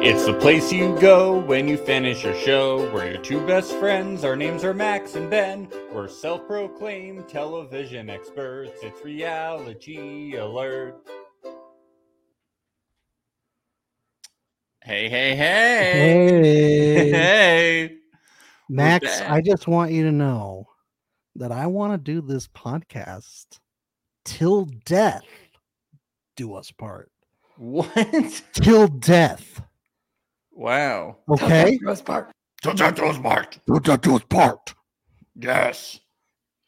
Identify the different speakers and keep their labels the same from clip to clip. Speaker 1: It's the place you go when you finish your show. We're your two best friends. Our names are Max and Ben. We're self proclaimed television experts. It's reality alert. Hey, hey, hey.
Speaker 2: Hey,
Speaker 1: Hey.
Speaker 2: Max,
Speaker 1: back.
Speaker 2: I just want you to know that I want to do this podcast till death. Do us part
Speaker 1: What?
Speaker 2: till death.
Speaker 1: Wow.
Speaker 2: Okay,
Speaker 3: Gross part.
Speaker 2: do that to us part.
Speaker 3: Yes.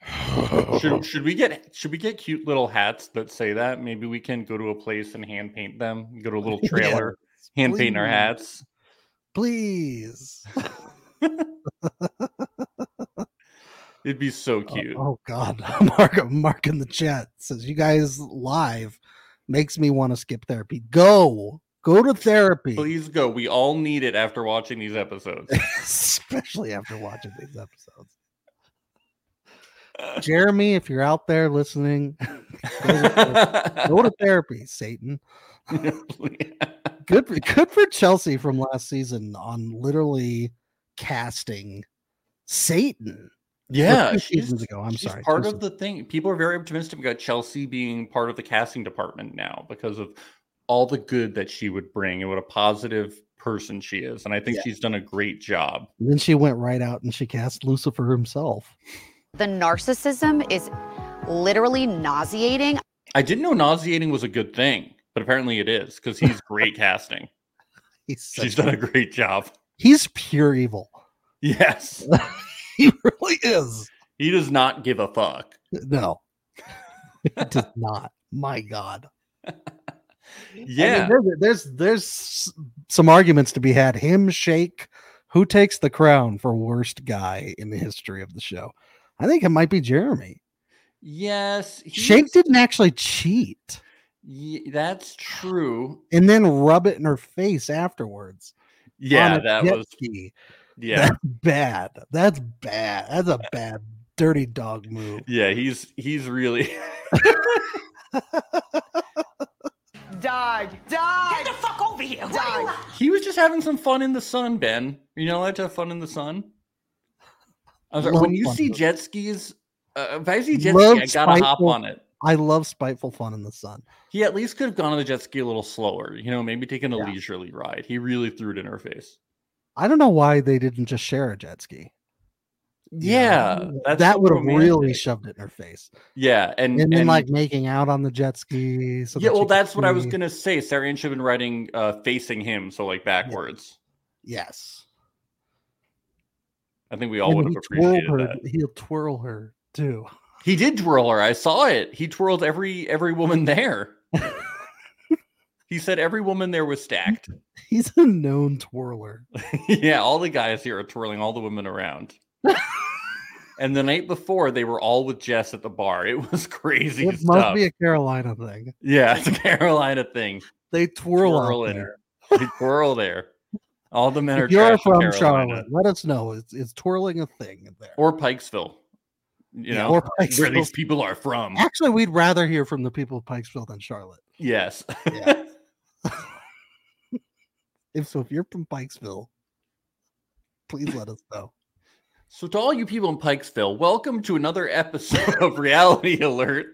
Speaker 2: Uh-huh.
Speaker 1: Should, should we get should we get cute little hats that say that? Maybe we can go to a place and hand paint them. Go to a little trailer, hand paint our
Speaker 2: please.
Speaker 1: hats.
Speaker 2: Please.
Speaker 1: It'd be so
Speaker 2: Oh-
Speaker 1: cute.
Speaker 2: Oh, God, Mark, Mark in the chat says you guys live makes me want to skip therapy. Go, go to therapy,
Speaker 1: Please go. We all need it after watching these episodes.
Speaker 2: especially after watching these episodes. Jeremy, if you're out there listening, go to therapy, Satan. Good for, good for Chelsea from last season on literally casting Satan. or
Speaker 1: yeah,
Speaker 2: two
Speaker 1: she's,
Speaker 2: seasons ago. I'm
Speaker 1: she's
Speaker 2: sorry.
Speaker 1: part
Speaker 2: two
Speaker 1: of the thing. People are very optimistic about Chelsea being part of the casting department now because of all the good that she would bring and what a positive person she is. And I think
Speaker 2: Yeah.
Speaker 1: she's done a great job.
Speaker 2: seasons. then she went right out and she cast Lucifer himself.
Speaker 4: The narcissism is literally nauseating.
Speaker 1: I didn't know nauseating was a good thing, but apparently it is because he's great casting.
Speaker 2: He's
Speaker 1: She's
Speaker 2: such,
Speaker 1: done a great job.
Speaker 2: he's pure evil.
Speaker 1: Yes,
Speaker 2: He really is.
Speaker 1: he does not give a fuck.
Speaker 2: No, it does not. My God. I mean,
Speaker 1: Yeah,
Speaker 2: there's, there's there's s- some arguments to be had. Him, Shake, who takes the crown for worst guy in the history of the show? I think it might be Jeremy.
Speaker 1: yes,
Speaker 2: Shake
Speaker 1: he's-
Speaker 2: didn't actually cheat
Speaker 1: Ye- that's true.
Speaker 2: and then rub it in her face afterwards. on
Speaker 1: Yeah,
Speaker 2: a
Speaker 1: that
Speaker 2: jet
Speaker 1: was
Speaker 2: ski.
Speaker 1: yeah.
Speaker 2: bad. That's bad. That's a bad dirty dog move.
Speaker 1: Yeah, he's he's really
Speaker 5: Die. Die. Get the fuck over here. Die.
Speaker 1: he was just having some fun in the sun, Ben. You're not allowed to have fun in the sun. I'm sorry,
Speaker 2: Love
Speaker 1: when you
Speaker 2: fun
Speaker 1: see
Speaker 2: in the-
Speaker 1: jet skis, uh, if I see jet
Speaker 2: Love
Speaker 1: ski, I gotta hop
Speaker 2: spiteful-
Speaker 1: on it.
Speaker 2: I love spiteful fun in the sun.
Speaker 1: He at least could have gone on the jet ski a little slower, you know, maybe taking a
Speaker 2: Yeah.
Speaker 1: leisurely ride. He really threw it in her face.
Speaker 2: I don't know why they didn't just share a jet ski. You know,
Speaker 1: Yeah, that's so
Speaker 2: that would have really
Speaker 1: romantic.
Speaker 2: shoved it in her face.
Speaker 1: yeah, and
Speaker 2: and then
Speaker 1: and-
Speaker 2: like making out on the jet ski. So
Speaker 1: yeah,
Speaker 2: that she
Speaker 1: well,
Speaker 2: could
Speaker 1: that's what I was
Speaker 2: see.
Speaker 1: gonna say. Sarah and should have been riding uh, facing him, so like backwards.
Speaker 2: Yes,
Speaker 1: I think we all
Speaker 2: And
Speaker 1: would have
Speaker 2: he twirled
Speaker 1: appreciated
Speaker 2: her.
Speaker 1: that.
Speaker 2: He'll twirl her too.
Speaker 1: He did twirl her. I saw it. He twirled every every woman there. he said every woman there was stacked.
Speaker 2: He's a known twirler.
Speaker 1: yeah, all the guys here are twirling all the women around. and the night before, they were all with Jess at the bar. It was crazy
Speaker 2: It
Speaker 1: stuff.
Speaker 2: must be a Carolina thing.
Speaker 1: yeah, it's a Carolina thing.
Speaker 2: They twirl, out
Speaker 1: Twirl in
Speaker 2: there.
Speaker 1: her. They twirl there. All the men are
Speaker 2: If you're
Speaker 1: trash in
Speaker 2: from
Speaker 1: Carolina.
Speaker 2: Charlotte, let us know. It's, it's twirling a thing in there.
Speaker 1: or Pikesville. You
Speaker 2: Yeah,
Speaker 1: know,
Speaker 2: or
Speaker 1: where
Speaker 2: Pikesville.
Speaker 1: these people are from.
Speaker 2: Actually, we'd rather hear from the people of Pikesville than Charlotte.
Speaker 1: Yes.
Speaker 2: Yeah. If so, if you're from Pikesville, please let us know.
Speaker 1: So, to all you people in Pikesville, welcome to another episode of Reality Alert.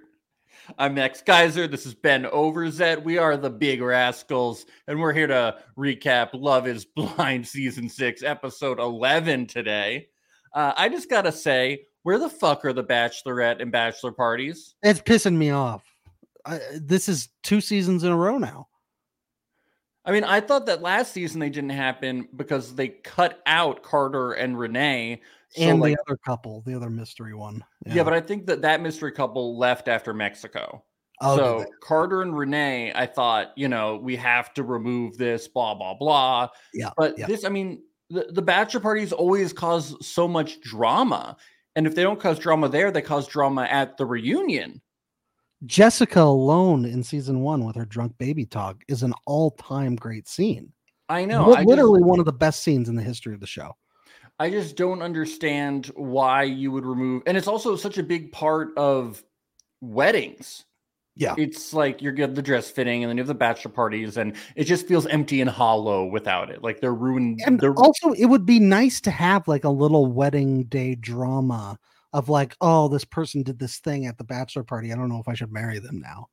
Speaker 1: I'm Max Kaiser. This is Ben Overzet. We are the Big Rascals, and we're here to recap Love is Blind Season 6, Episode 11 today. Uh, I just got to say, where the fuck are the bachelorette and bachelor parties?
Speaker 2: It's pissing me off. I, this is two seasons in a row now.
Speaker 1: I mean, I thought that last season they didn't happen because they cut out Carter and Renee. So,
Speaker 2: and
Speaker 1: like,
Speaker 2: the other couple, the other mystery one.
Speaker 1: yeah, but I think that that mystery couple left after Mexico.
Speaker 2: oh, did
Speaker 1: so
Speaker 2: they?
Speaker 1: Carter and Renee, I thought, you know, we have to remove this, blah blah blah.
Speaker 2: yeah,
Speaker 1: But
Speaker 2: yeah.
Speaker 1: this, I mean, the, the bachelor parties always cause so much drama, and if they don't cause drama there, they cause drama at the reunion.
Speaker 2: Jessica alone in season one with her drunk baby talk is an all-time great scene.
Speaker 1: I know.
Speaker 2: Li-
Speaker 1: I just-
Speaker 2: literally one of the best scenes in the history of the show.
Speaker 1: I just don't understand why you would remove, and it's also such a big part of weddings.
Speaker 2: Yeah.
Speaker 1: It's like you're good the dress fitting and then you have the bachelor parties and it just feels empty and hollow without it. Like they're ruined.
Speaker 2: And
Speaker 1: they're,
Speaker 2: also, it would be nice to have like a little wedding day drama of like, oh, this person did this thing at the bachelor party. I don't know if I should marry them now.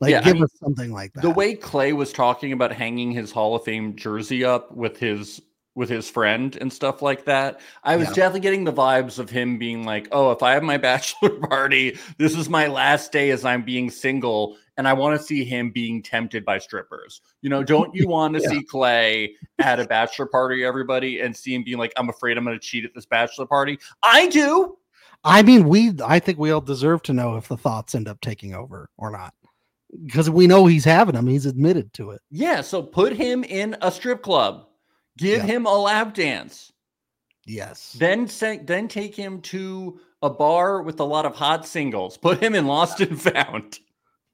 Speaker 2: Like,
Speaker 1: Yeah, I
Speaker 2: give
Speaker 1: mean,
Speaker 2: us something like that.
Speaker 1: the way Clay was talking about hanging his Hall of Fame jersey up with his with his friend and stuff like that, I was
Speaker 2: Yeah.
Speaker 1: definitely getting the vibes of him being like, "Oh, if I have my bachelor party, this is my last day as I'm being single, and I want to see him being tempted by strippers." You know, don't you want to
Speaker 2: Yeah.
Speaker 1: see Clay at a bachelor party, everybody, and see him being like, "I'm afraid I'm going to cheat at this bachelor party." I do.
Speaker 2: I mean, we, I think we all deserve to know if the thoughts end up taking over or not because we know he's having them. He's admitted to it.
Speaker 1: Yeah, so put him in a strip club. Give
Speaker 2: Yeah.
Speaker 1: him a lap dance.
Speaker 2: Yes.
Speaker 1: Then send, then take him to a bar with a lot of hot singles. Put him in Lost and Found.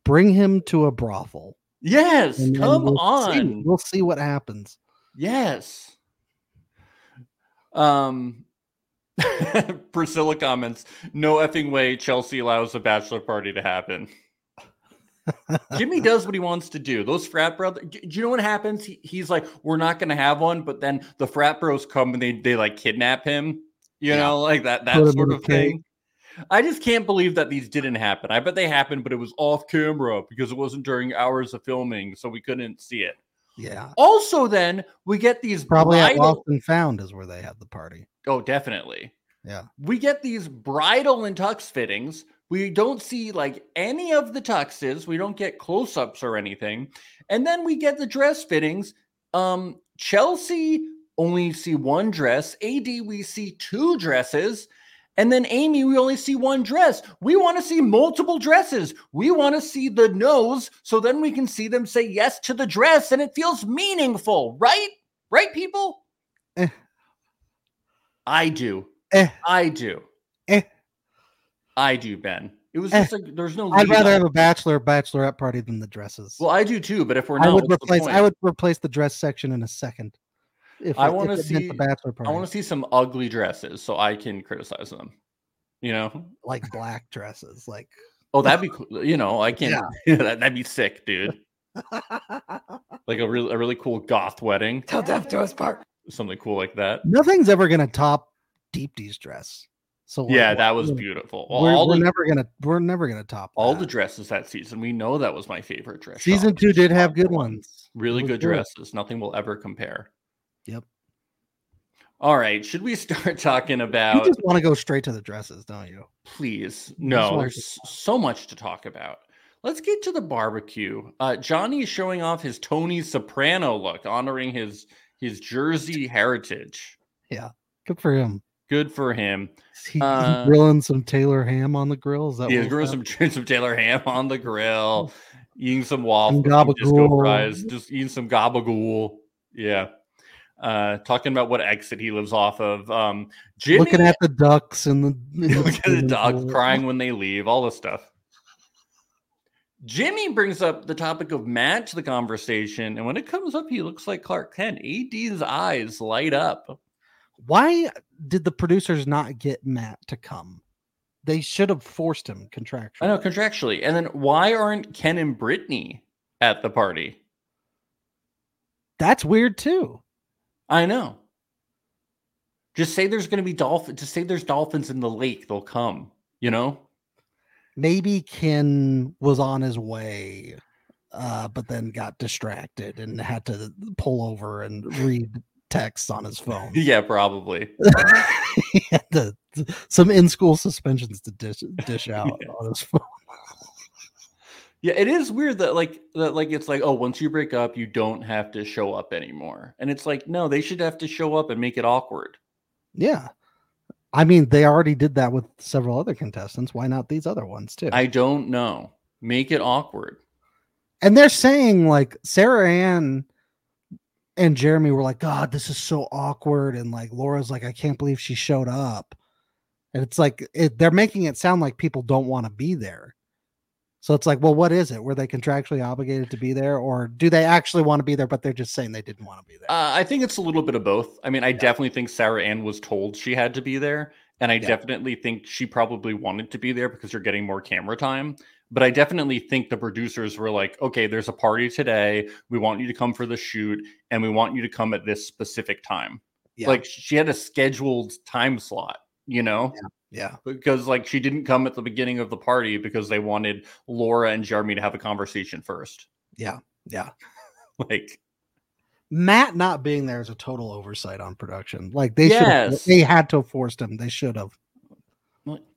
Speaker 2: Bring him to a brothel.
Speaker 1: Yes,
Speaker 2: and then
Speaker 1: come
Speaker 2: we'll see-
Speaker 1: on.
Speaker 2: we'll see what happens.
Speaker 1: Yes. Um Priscilla comments, no effing way Chelsea allows a bachelor party to happen. Jimmy does what he wants to do. Those frat brothers, do you know what happens? He, he's like, we're not going to have one, but then the frat bros come and they they like kidnap him. You
Speaker 2: Yeah.
Speaker 1: know, like that that
Speaker 2: Put him in
Speaker 1: sort
Speaker 2: a
Speaker 1: of thing. I just can't believe that these didn't happen. I bet they happened, but it was off camera because it wasn't during hours of filming, so we couldn't see it.
Speaker 2: Yeah.
Speaker 1: Also, then we get these
Speaker 2: Probably at
Speaker 1: bridal.
Speaker 2: Lost and Found is where they had the party.
Speaker 1: oh, definitely.
Speaker 2: Yeah.
Speaker 1: We get these bridal and tux fittings. We don't see like any of the tuxes. We don't get close ups or anything. And then we get the dress fittings. Um, Chelsea only see one dress. AD, we see two dresses. And then Amy, we only see one dress. We want to see multiple dresses. We want to see the nose so then we can see them say yes to the dress and it feels meaningful, right? Right, people?
Speaker 2: Eh.
Speaker 1: I do.
Speaker 2: Eh.
Speaker 1: I do.
Speaker 2: Eh.
Speaker 1: I do, Ben. It was
Speaker 2: Eh.
Speaker 1: just like there's no.
Speaker 2: I'd
Speaker 1: lead
Speaker 2: rather
Speaker 1: up.
Speaker 2: have a bachelor bachelorette party than the dresses.
Speaker 1: Well, I do too, but if we're not,
Speaker 2: I would
Speaker 1: what's the
Speaker 2: replace. I
Speaker 1: point?
Speaker 2: would replace the dress section in a second. If
Speaker 1: I
Speaker 2: it- if
Speaker 1: wanna
Speaker 2: it meant
Speaker 1: see-
Speaker 2: the bachelor party,
Speaker 1: I want to see some ugly dresses so I can criticize them. You know?
Speaker 2: like black dresses, like
Speaker 1: Oh, that'd be cool. You know, I can't. that, that'd be sick, dude. Like a really, a really cool goth wedding,
Speaker 5: Till death do us part.
Speaker 1: something cool like that.
Speaker 2: nothing's ever gonna top Deepdy's dress. So like,
Speaker 1: Yeah,
Speaker 2: wh-
Speaker 1: that was
Speaker 2: we're-
Speaker 1: beautiful. All,
Speaker 2: We're,
Speaker 1: all
Speaker 2: we're
Speaker 1: the
Speaker 2: never gonna. We're never gonna top
Speaker 1: all the
Speaker 2: that.
Speaker 1: dresses that season, we know that was my favorite dress.
Speaker 2: Season
Speaker 1: shop.
Speaker 2: two did have good ones.
Speaker 1: Really
Speaker 2: It was
Speaker 1: good dresses. Nothing will ever compare.
Speaker 2: Yep.
Speaker 1: All right. Should we start talking
Speaker 2: You
Speaker 1: about?
Speaker 2: just want to go straight to the dresses, don't you?
Speaker 1: Please, no.
Speaker 2: wanna
Speaker 1: There's s- so much to talk about. Let's get to the barbecue. Uh, Johnny is showing off his Tony Soprano look, honoring his his Jersey heritage.
Speaker 2: Good for him.
Speaker 1: Good for him.
Speaker 2: He, he's
Speaker 1: Uh,
Speaker 2: grilling some Taylor ham on the grill. Is that
Speaker 1: He
Speaker 2: what
Speaker 1: has
Speaker 2: it's
Speaker 1: grilling
Speaker 2: at?
Speaker 1: some some Taylor ham on the grill, eating some waffles, some
Speaker 2: gabagool.
Speaker 1: disco fries, just eating some gabagool. Yeah. Uh, talking about what exit he lives off of. Um, Jimmy,
Speaker 2: looking at the ducks and the in
Speaker 1: Look at the
Speaker 2: swimming
Speaker 1: dogs
Speaker 2: pool.
Speaker 1: crying when they leave, all this stuff. Jimmy brings up the topic of Matt to the conversation, and when it comes up, he looks like Clark Kent. AD's eyes light up.
Speaker 2: Why did the producers not get Matt to come? They should have forced him contractually.
Speaker 1: I know contractually. And then why aren't Ken and Brittany at the party?
Speaker 2: That's weird too.
Speaker 1: I know. Just say there's going to be dolphins. Just say there's dolphins in the lake. They'll come. You know.
Speaker 2: Maybe Ken was on his way, uh, but then got distracted and had to pull over and read texts on his phone.
Speaker 1: Yeah, probably.
Speaker 2: he had to, some in school suspensions to dish, dish out on his phone.
Speaker 1: Yeah, it is weird that like that like it's like oh once you break up you don't have to show up anymore, and it's like no they should have to show up and make it awkward.
Speaker 2: Yeah. I mean, they already did that with several other contestants. Why not these other ones too?
Speaker 1: I don't know, make it awkward.
Speaker 2: and they're saying like Sarah Ann and Jeremy were like, God, this is so awkward. And like Laura's like, I can't believe she showed up. And it's like it, they're making it sound like people don't want to be there. So it's like, well, what is it? Were they contractually obligated to be there, or do they actually want to be there, but they're just saying they didn't want to be there?
Speaker 1: Uh, I think it's a little bit of both. I mean, I definitely think Sarah Ann was told she had to be there, and I
Speaker 2: Yeah.
Speaker 1: definitely think she probably wanted to be there because you're getting more camera time. but I definitely think the producers were like, okay, there's a party today. We want you to come for the shoot and we want you to come at this specific time.
Speaker 2: Yeah.
Speaker 1: Like she had a scheduled time slot, you know?
Speaker 2: Yeah.
Speaker 1: Because like she didn't come at the beginning of the party because they wanted Laura and Jeremy to have a conversation first.
Speaker 2: Yeah. Yeah.
Speaker 1: Like
Speaker 2: Matt not being there is a total oversight on production. Like they
Speaker 1: Yes.
Speaker 2: should they had to have forced him. They should have.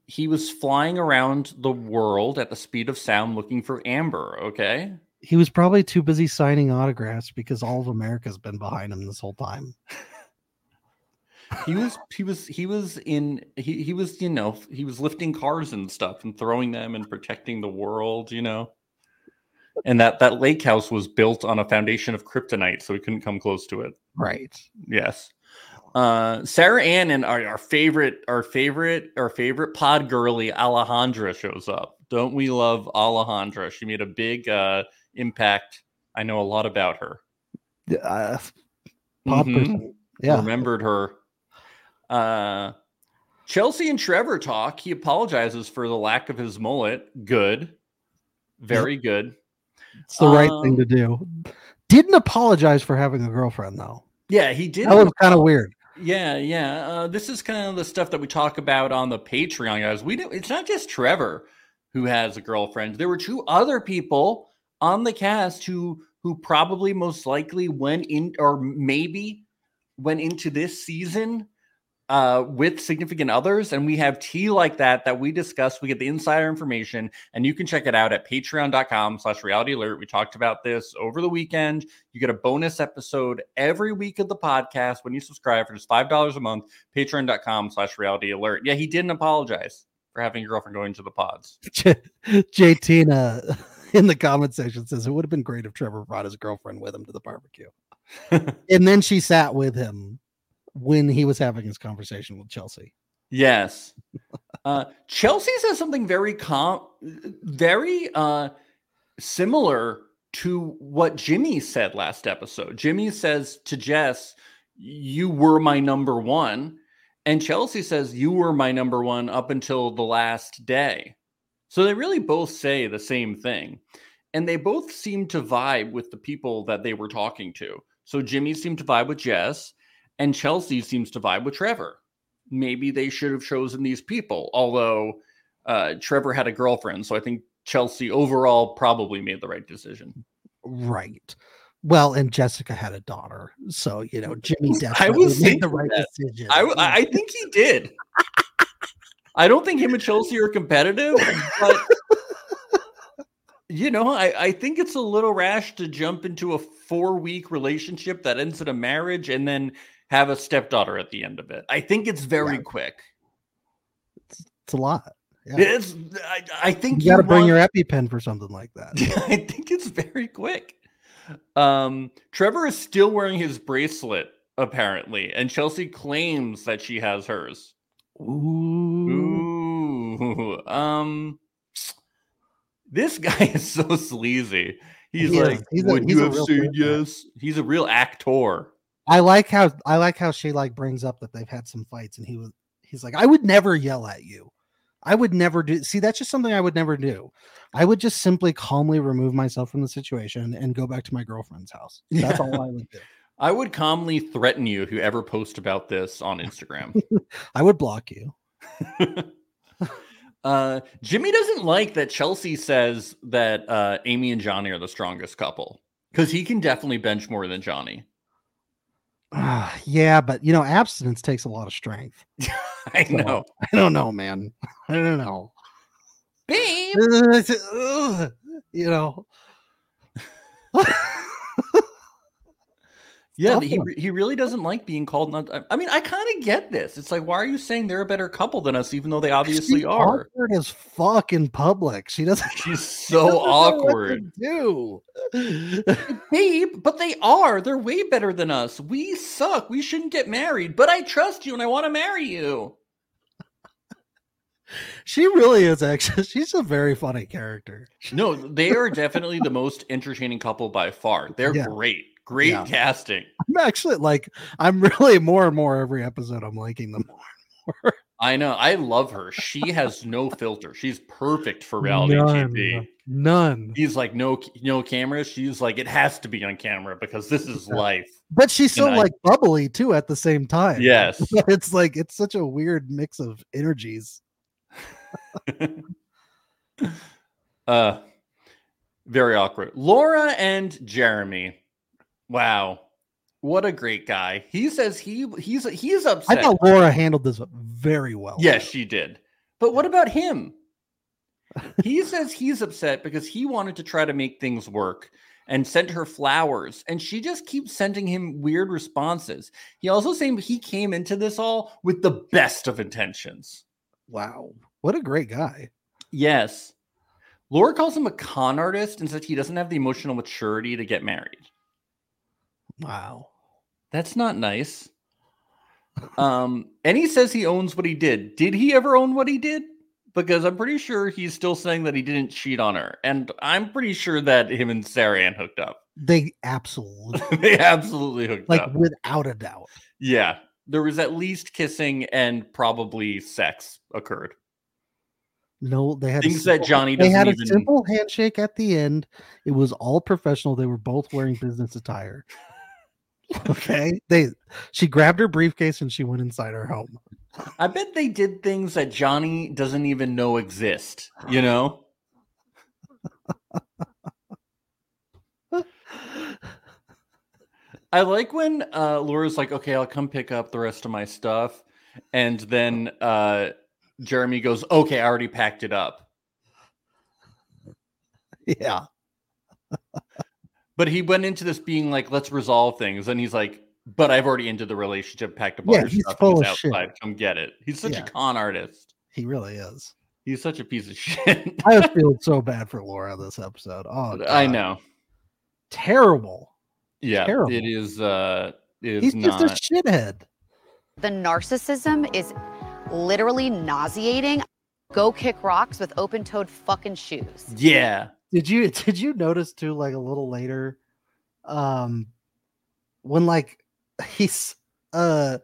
Speaker 1: he was flying around the world at the speed of sound looking for Amber, okay?
Speaker 2: He was probably too busy signing autographs because all of America's been behind him this whole time.
Speaker 1: he was he was he was in he, he was you know he was lifting cars and stuff and throwing them and protecting the world you know and that that lake house was built on a foundation of kryptonite so we couldn't come close to it
Speaker 2: Right.
Speaker 1: yes uh sarah ann and our, our favorite our favorite our favorite pod girly alejandra shows up don't we love alejandra she made a big uh impact i know a lot about her
Speaker 2: Uh, pop
Speaker 1: Mhm
Speaker 2: person. Yeah.
Speaker 1: remembered her. Uh, Chelsea and Trevor talk. He apologizes for the lack of his mullet. Good, very good.
Speaker 2: It's the right
Speaker 1: Um,
Speaker 2: thing to do. Didn't apologize for having a girlfriend though.
Speaker 1: Yeah, he did.
Speaker 2: That was kind of weird.
Speaker 1: Yeah, yeah. Uh, this is kind of the stuff that we talk about on the Patreon, guys. We do. It's not just Trevor who has a girlfriend. There were two other people on the cast who who probably most likely went in or maybe went into this season uh, with significant others. And we have tea like that that we discuss. We get the insider information, and you can check it out at patreon.com slash reality alert. We talked about this over the weekend. You get a bonus episode every week of the podcast when you subscribe for just five dollars a month. Patreon.com slash reality alert. Yeah, he didn't apologize for having your girlfriend going to the pods.
Speaker 2: J- J Tina in the comment section says it would have been great if Trevor brought his girlfriend with him to the barbecue. and then she sat with him when he was having his conversation with Chelsea.
Speaker 1: Yes. Uh Chelsea says something very com very uh similar to what Jimmy said last episode. Jimmy says to Jess, you were my number one. And Chelsea says, you were my number one up until the last day. So they really both say the same thing. And they both seem to vibe with the people that they were talking to. So Jimmy seemed to vibe with Jess, and Chelsea seems to vibe with Trevor. Maybe they should have chosen these people, although uh, Trevor had a girlfriend. So I think Chelsea overall probably made the right decision.
Speaker 2: Right. Well, and Jessica had a daughter, so you know Jimmy definitely
Speaker 1: was
Speaker 2: made the
Speaker 1: thinking
Speaker 2: right
Speaker 1: that.
Speaker 2: decision.
Speaker 1: I, I think he did. I don't think him and Chelsea are competitive, but you know, I, I think it's a little rash to jump into a four week relationship that ends in a marriage and then have a stepdaughter at the end of it. I think it's very
Speaker 2: Yeah.
Speaker 1: quick.
Speaker 2: it's a lot. Yeah.
Speaker 1: It's, I, I think
Speaker 2: You got to bring
Speaker 1: want-
Speaker 2: your EpiPen for something like that.
Speaker 1: I think it's very quick. Um, Trevor is still wearing his bracelet, apparently, and Chelsea claims that she has hers.
Speaker 2: Ooh.
Speaker 1: Ooh. Um, this guy is so sleazy. He's
Speaker 2: He is.
Speaker 1: like,
Speaker 2: He's a-
Speaker 1: would
Speaker 2: he's
Speaker 1: you
Speaker 2: a
Speaker 1: have
Speaker 2: real
Speaker 1: said
Speaker 2: sleazy guy."
Speaker 1: yes? He's a real actor.
Speaker 2: I like how I like how she like brings up that they've had some fights, and he was he's like, I would never yell at you. I would never do. See, that's just something I would never do. I would just simply calmly remove myself from the situation and go back to my girlfriend's house. That's
Speaker 1: Yeah.
Speaker 2: all I would do.
Speaker 1: I would calmly threaten you if you ever post about this on Instagram.
Speaker 2: I would block you.
Speaker 1: uh, Jimmy doesn't like that Chelsea says that uh, Amy and Johnny are the strongest couple because he can definitely bench more than Johnny.
Speaker 2: Uh, yeah, but you know, abstinence takes a lot of strength.
Speaker 1: I
Speaker 2: So-
Speaker 1: know,
Speaker 2: I don't know, man. I don't know.
Speaker 1: babe.
Speaker 2: Ugh, you know.
Speaker 1: Yeah,
Speaker 2: tough
Speaker 1: he,
Speaker 2: one.
Speaker 1: re- he really doesn't like being called. Not, I- I mean, I kind of get this. It's like, why are you saying they're a better couple than us, even though they obviously
Speaker 2: She's
Speaker 1: are?
Speaker 2: awkward as fuck in public. She doesn't. she
Speaker 1: She's so
Speaker 2: doesn't know what
Speaker 1: awkward,
Speaker 2: to do.
Speaker 1: babe. But they are. They're way better than us. We suck. We shouldn't get married. But I trust you, and I want to marry you.
Speaker 2: She really is actually. She's a very funny character.
Speaker 1: No, they are definitely the most entertaining couple by far. They're
Speaker 2: Yeah.
Speaker 1: great. Great
Speaker 2: Yeah.
Speaker 1: casting.
Speaker 2: I'm actually like. I'm really more and more every episode. I'm liking them more.
Speaker 1: I know. I love her. She has no filter. She's perfect for reality
Speaker 2: none,
Speaker 1: TV.
Speaker 2: none.
Speaker 1: He's like no no camera. She's like it has to be on camera because this is
Speaker 2: Yeah.
Speaker 1: life.
Speaker 2: But she's so
Speaker 1: And I-
Speaker 2: like bubbly too at the same time.
Speaker 1: Yes.
Speaker 2: it's like it's such a weird mix of energies.
Speaker 1: Uh very awkward. Laura and Jeremy. Wow. What a great guy. He says he he's he's upset.
Speaker 2: I thought Laura handled this very well.
Speaker 1: Yes, she did. But what about him? He says he's upset because he wanted to try to make things work and sent her flowers, and she just keeps sending him weird responses. He also saying he came into this all with the best of intentions.
Speaker 2: Wow. What a great guy.
Speaker 1: Yes. Laura calls him a con artist and says he doesn't have the emotional maturity to get married.
Speaker 2: Wow.
Speaker 1: That's not nice. Um, and he says he owns what he did. Did he ever own what he did? Because I'm pretty sure he's still saying that he didn't cheat on her. And I'm pretty sure that him and Sarah Ann hooked up.
Speaker 2: They absolutely
Speaker 1: they absolutely hooked
Speaker 2: like
Speaker 1: up.
Speaker 2: without a doubt.
Speaker 1: Yeah. There was at least kissing and probably sex occurred.
Speaker 2: No, they had a
Speaker 1: Things that
Speaker 2: simple-
Speaker 1: Johnny
Speaker 2: they
Speaker 1: doesn't
Speaker 2: had a
Speaker 1: even
Speaker 2: simple handshake at the end. It was all professional. They were both wearing business attire. Okay. They she grabbed her briefcase and she went inside her home.
Speaker 1: I bet they did things that Johnny doesn't even know exist, you know? I like when uh, Laura's like, okay, I'll come pick up the rest of my stuff. And then uh, Jeremy goes, okay, I already packed it up.
Speaker 2: Yeah.
Speaker 1: But he went into this being like, let's resolve things. And he's like, but I've already ended the relationship, packed up all
Speaker 2: Yeah,
Speaker 1: your
Speaker 2: he's
Speaker 1: stuff.
Speaker 2: full
Speaker 1: it's
Speaker 2: of shit.
Speaker 1: outside. Come get it. He's such
Speaker 2: Yeah.
Speaker 1: a con artist.
Speaker 2: He really is.
Speaker 1: He's such a piece of shit.
Speaker 2: I was feeling so bad for Laura this episode. Oh
Speaker 1: I
Speaker 2: God.
Speaker 1: know.
Speaker 2: Terrible.
Speaker 1: Yeah,
Speaker 2: terrible.
Speaker 1: it is. Uh, it is
Speaker 2: He's
Speaker 1: not.
Speaker 2: just a shithead.
Speaker 4: The narcissism is literally nauseating. Go kick rocks with open toed fucking shoes.
Speaker 1: yeah,
Speaker 2: did you did you notice too like a little later um when like he's uh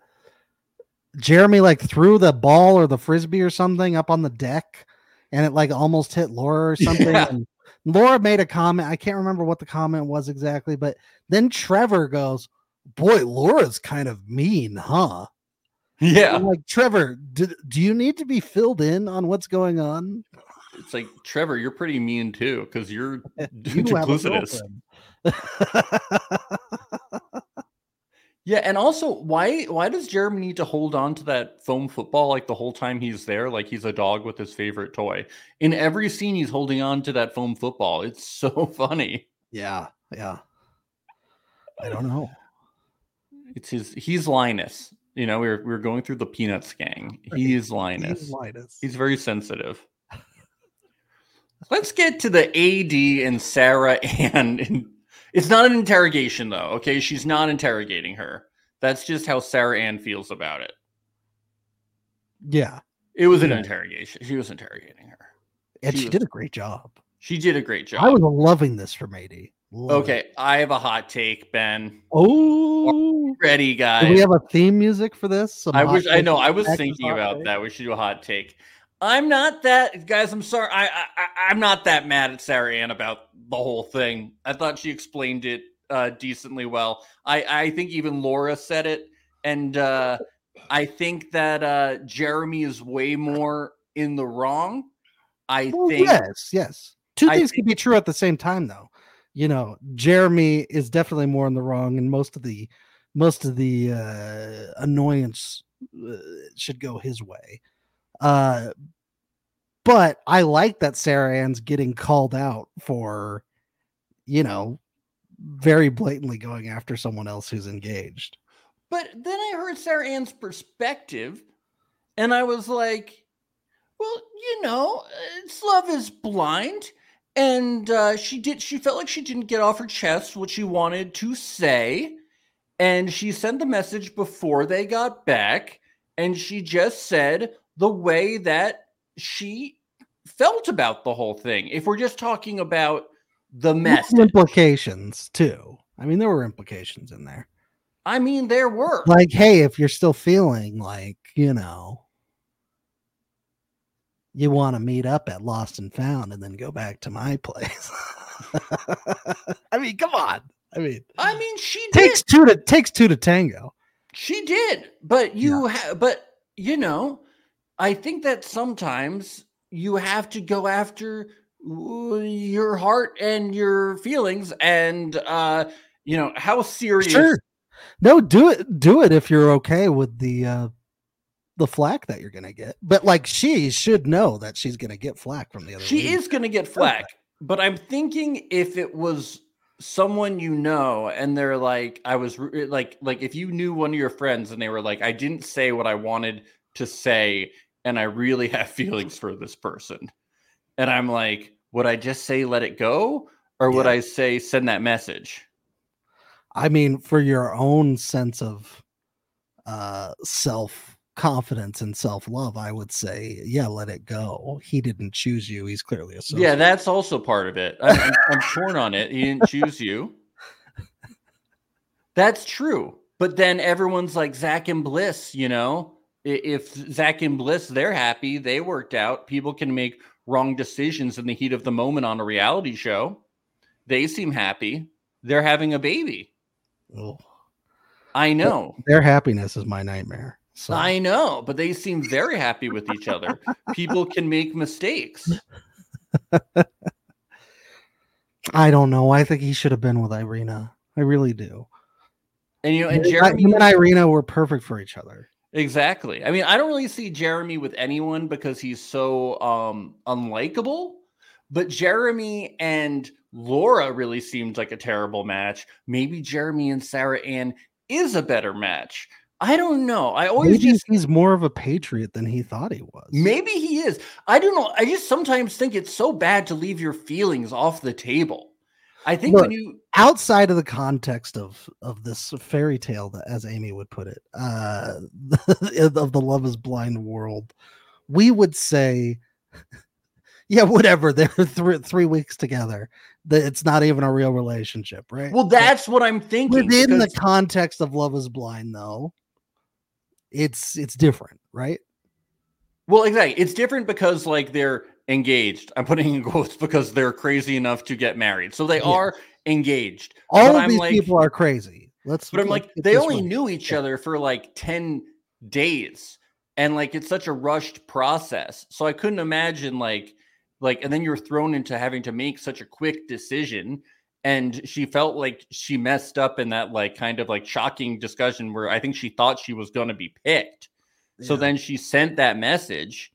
Speaker 2: jeremy like threw the ball or the frisbee or something up on the deck and it like almost hit laura or something
Speaker 1: Yeah.
Speaker 2: and laura made a comment i can't remember what the comment was exactly but then trevor goes boy laura's kind of mean huh
Speaker 1: yeah.
Speaker 2: i'm like trevor do, do you need to be filled in on what's going on
Speaker 1: It's like Trevor, you're pretty mean too, because you're
Speaker 2: you have a
Speaker 1: duplicitous.
Speaker 2: girlfriend.
Speaker 1: Yeah, and also, why why does Jeremy need to hold on to that foam football like the whole time he's there? Like he's a dog with his favorite toy. In every scene, he's holding on to that foam football. It's so funny.
Speaker 2: Yeah, yeah. I don't know.
Speaker 1: It's his. He's Linus. You know, we were we were going through the Peanuts gang. He is Linus.
Speaker 2: He's Linus.
Speaker 1: He's very sensitive. Let's get to the AD and Sarah Ann. in- It's not an interrogation, though, okay? She's not interrogating her. That's just how Sarah Ann feels about it.
Speaker 2: yeah,
Speaker 1: It was an
Speaker 2: Yeah.
Speaker 1: interrogation. She was interrogating her.
Speaker 2: and
Speaker 1: she
Speaker 2: she,
Speaker 1: was-
Speaker 2: did a great job.
Speaker 1: She did a great job.
Speaker 2: I was loving this from AD. Love it.
Speaker 1: okay, I have a hot take, Ben.
Speaker 2: Oh,
Speaker 1: Ready,
Speaker 2: do we
Speaker 1: guys?
Speaker 2: have a theme music for this? Some
Speaker 1: I
Speaker 2: hot
Speaker 1: wish I
Speaker 2: take
Speaker 1: know. I was
Speaker 2: back to
Speaker 1: thinking
Speaker 2: hot
Speaker 1: about
Speaker 2: take?
Speaker 1: that. We should do a hot take. I'm not that guys. I'm sorry. I, I I- I'm not that mad at Sarah Ann about the whole thing. I thought she explained it uh, decently well. I I think even Laura said it, and uh, I think that uh, Jeremy is way more in the wrong. I
Speaker 2: Well,
Speaker 1: think
Speaker 2: yes, yes. Two
Speaker 1: I
Speaker 2: things can be true at the same time, though. You know, Jeremy is definitely more in the wrong, and most of the most of the uh, annoyance uh, should go his way. Uh, but I like that Sarah Ann's getting called out for, you know, very blatantly going after someone else who's engaged.
Speaker 1: But then I heard Sarah Ann's perspective, and I was like, "Well, you know, it's love is blind." And uh, she did. She felt like she didn't get off her chest what she wanted to say, and she sent the message before they got back, and she just said the way that she felt about the whole thing. If we're just talking about the
Speaker 2: With
Speaker 1: message,
Speaker 2: Implications too. I mean, there were implications in there.
Speaker 1: I mean, there were
Speaker 2: like hey if you're still feeling like you know you want to meet up at Lost and Found and then go back to my place. I mean, come on. I mean,
Speaker 1: I mean, she did.
Speaker 2: takes two to takes two to tango.
Speaker 1: She did, but you ha- but you know, I think that sometimes you have to go after w- your heart and your feelings and uh you know, how serious
Speaker 2: Sure. No, do it. Do it if you're okay with the uh the flack that you're gonna get. But like, she should know that she's gonna get flack from the other.
Speaker 1: she
Speaker 2: women.
Speaker 1: is going to get flack, but I'm thinking if it was someone you know and they're like I was re- like like if you knew one of your friends and they were like I didn't say what I wanted to say and I really have feelings for this person. And I'm like, would I just say let it go or would
Speaker 2: Yeah.
Speaker 1: I say send that message?
Speaker 2: I mean, for your own sense of uh self confidence and self love, I would say, yeah, let it go. He didn't choose you. He's clearly a
Speaker 1: yeah,
Speaker 2: sociopath.
Speaker 1: that's also part of it. I'm, I'm- I'm torn on it. He didn't choose you. That's true. But then everyone's like Zach and Bliss, you know? I- If Zach and Bliss, they're happy, they worked out. People can make wrong decisions in the heat of the moment on a reality show. They seem happy. They're having a baby.
Speaker 2: Ugh.
Speaker 1: I know.
Speaker 2: Their happiness is my nightmare. So
Speaker 1: I know, but they seem very happy with each other. People can make mistakes.
Speaker 2: I don't know. I think he should have been with Irina. I really do.
Speaker 1: And you know, and
Speaker 2: Him and I-
Speaker 1: Jeremy
Speaker 2: him and Irina were perfect for each other.
Speaker 1: Exactly. I mean, I don't really see Jeremy with anyone because he's so um unlikable, but Jeremy and Laura really seemed like a terrible match. Maybe Jeremy and Sarah Ann is a better match. I don't know. I always
Speaker 2: Maybe
Speaker 1: just
Speaker 2: he's more of a patriot than he thought he was.
Speaker 1: maybe he is. I don't know. I just sometimes think it's so bad to leave your feelings off the table. I think when
Speaker 2: Look,
Speaker 1: you
Speaker 2: outside of the context of of this fairy tale that as amy would put it uh of the love is blind world we would say yeah whatever they're three, three weeks together that it's not even a real relationship right
Speaker 1: well, that's what I'm
Speaker 2: But
Speaker 1: thinking.
Speaker 2: within the
Speaker 1: because-
Speaker 2: context of love is blind though it's it's different right
Speaker 1: Well, exactly. It's different because like they're engaged. I'm putting in quotes because they're crazy enough to get married. So they
Speaker 2: Yeah.
Speaker 1: are engaged.
Speaker 2: all
Speaker 1: but
Speaker 2: of
Speaker 1: I'm
Speaker 2: these
Speaker 1: like,
Speaker 2: people are crazy let's
Speaker 1: But I'm
Speaker 2: let's
Speaker 1: like,
Speaker 2: get
Speaker 1: they
Speaker 2: this
Speaker 1: only
Speaker 2: right.
Speaker 1: knew each
Speaker 2: Yeah.
Speaker 1: other for like 10 days. And like it's such a rushed process. So I couldn't imagine like like and then you're thrown into having to make such a quick decision. And she felt like she messed up in that like kind of like shocking discussion where I think she thought she was gonna be picked. So
Speaker 2: Yeah.
Speaker 1: then she sent that message.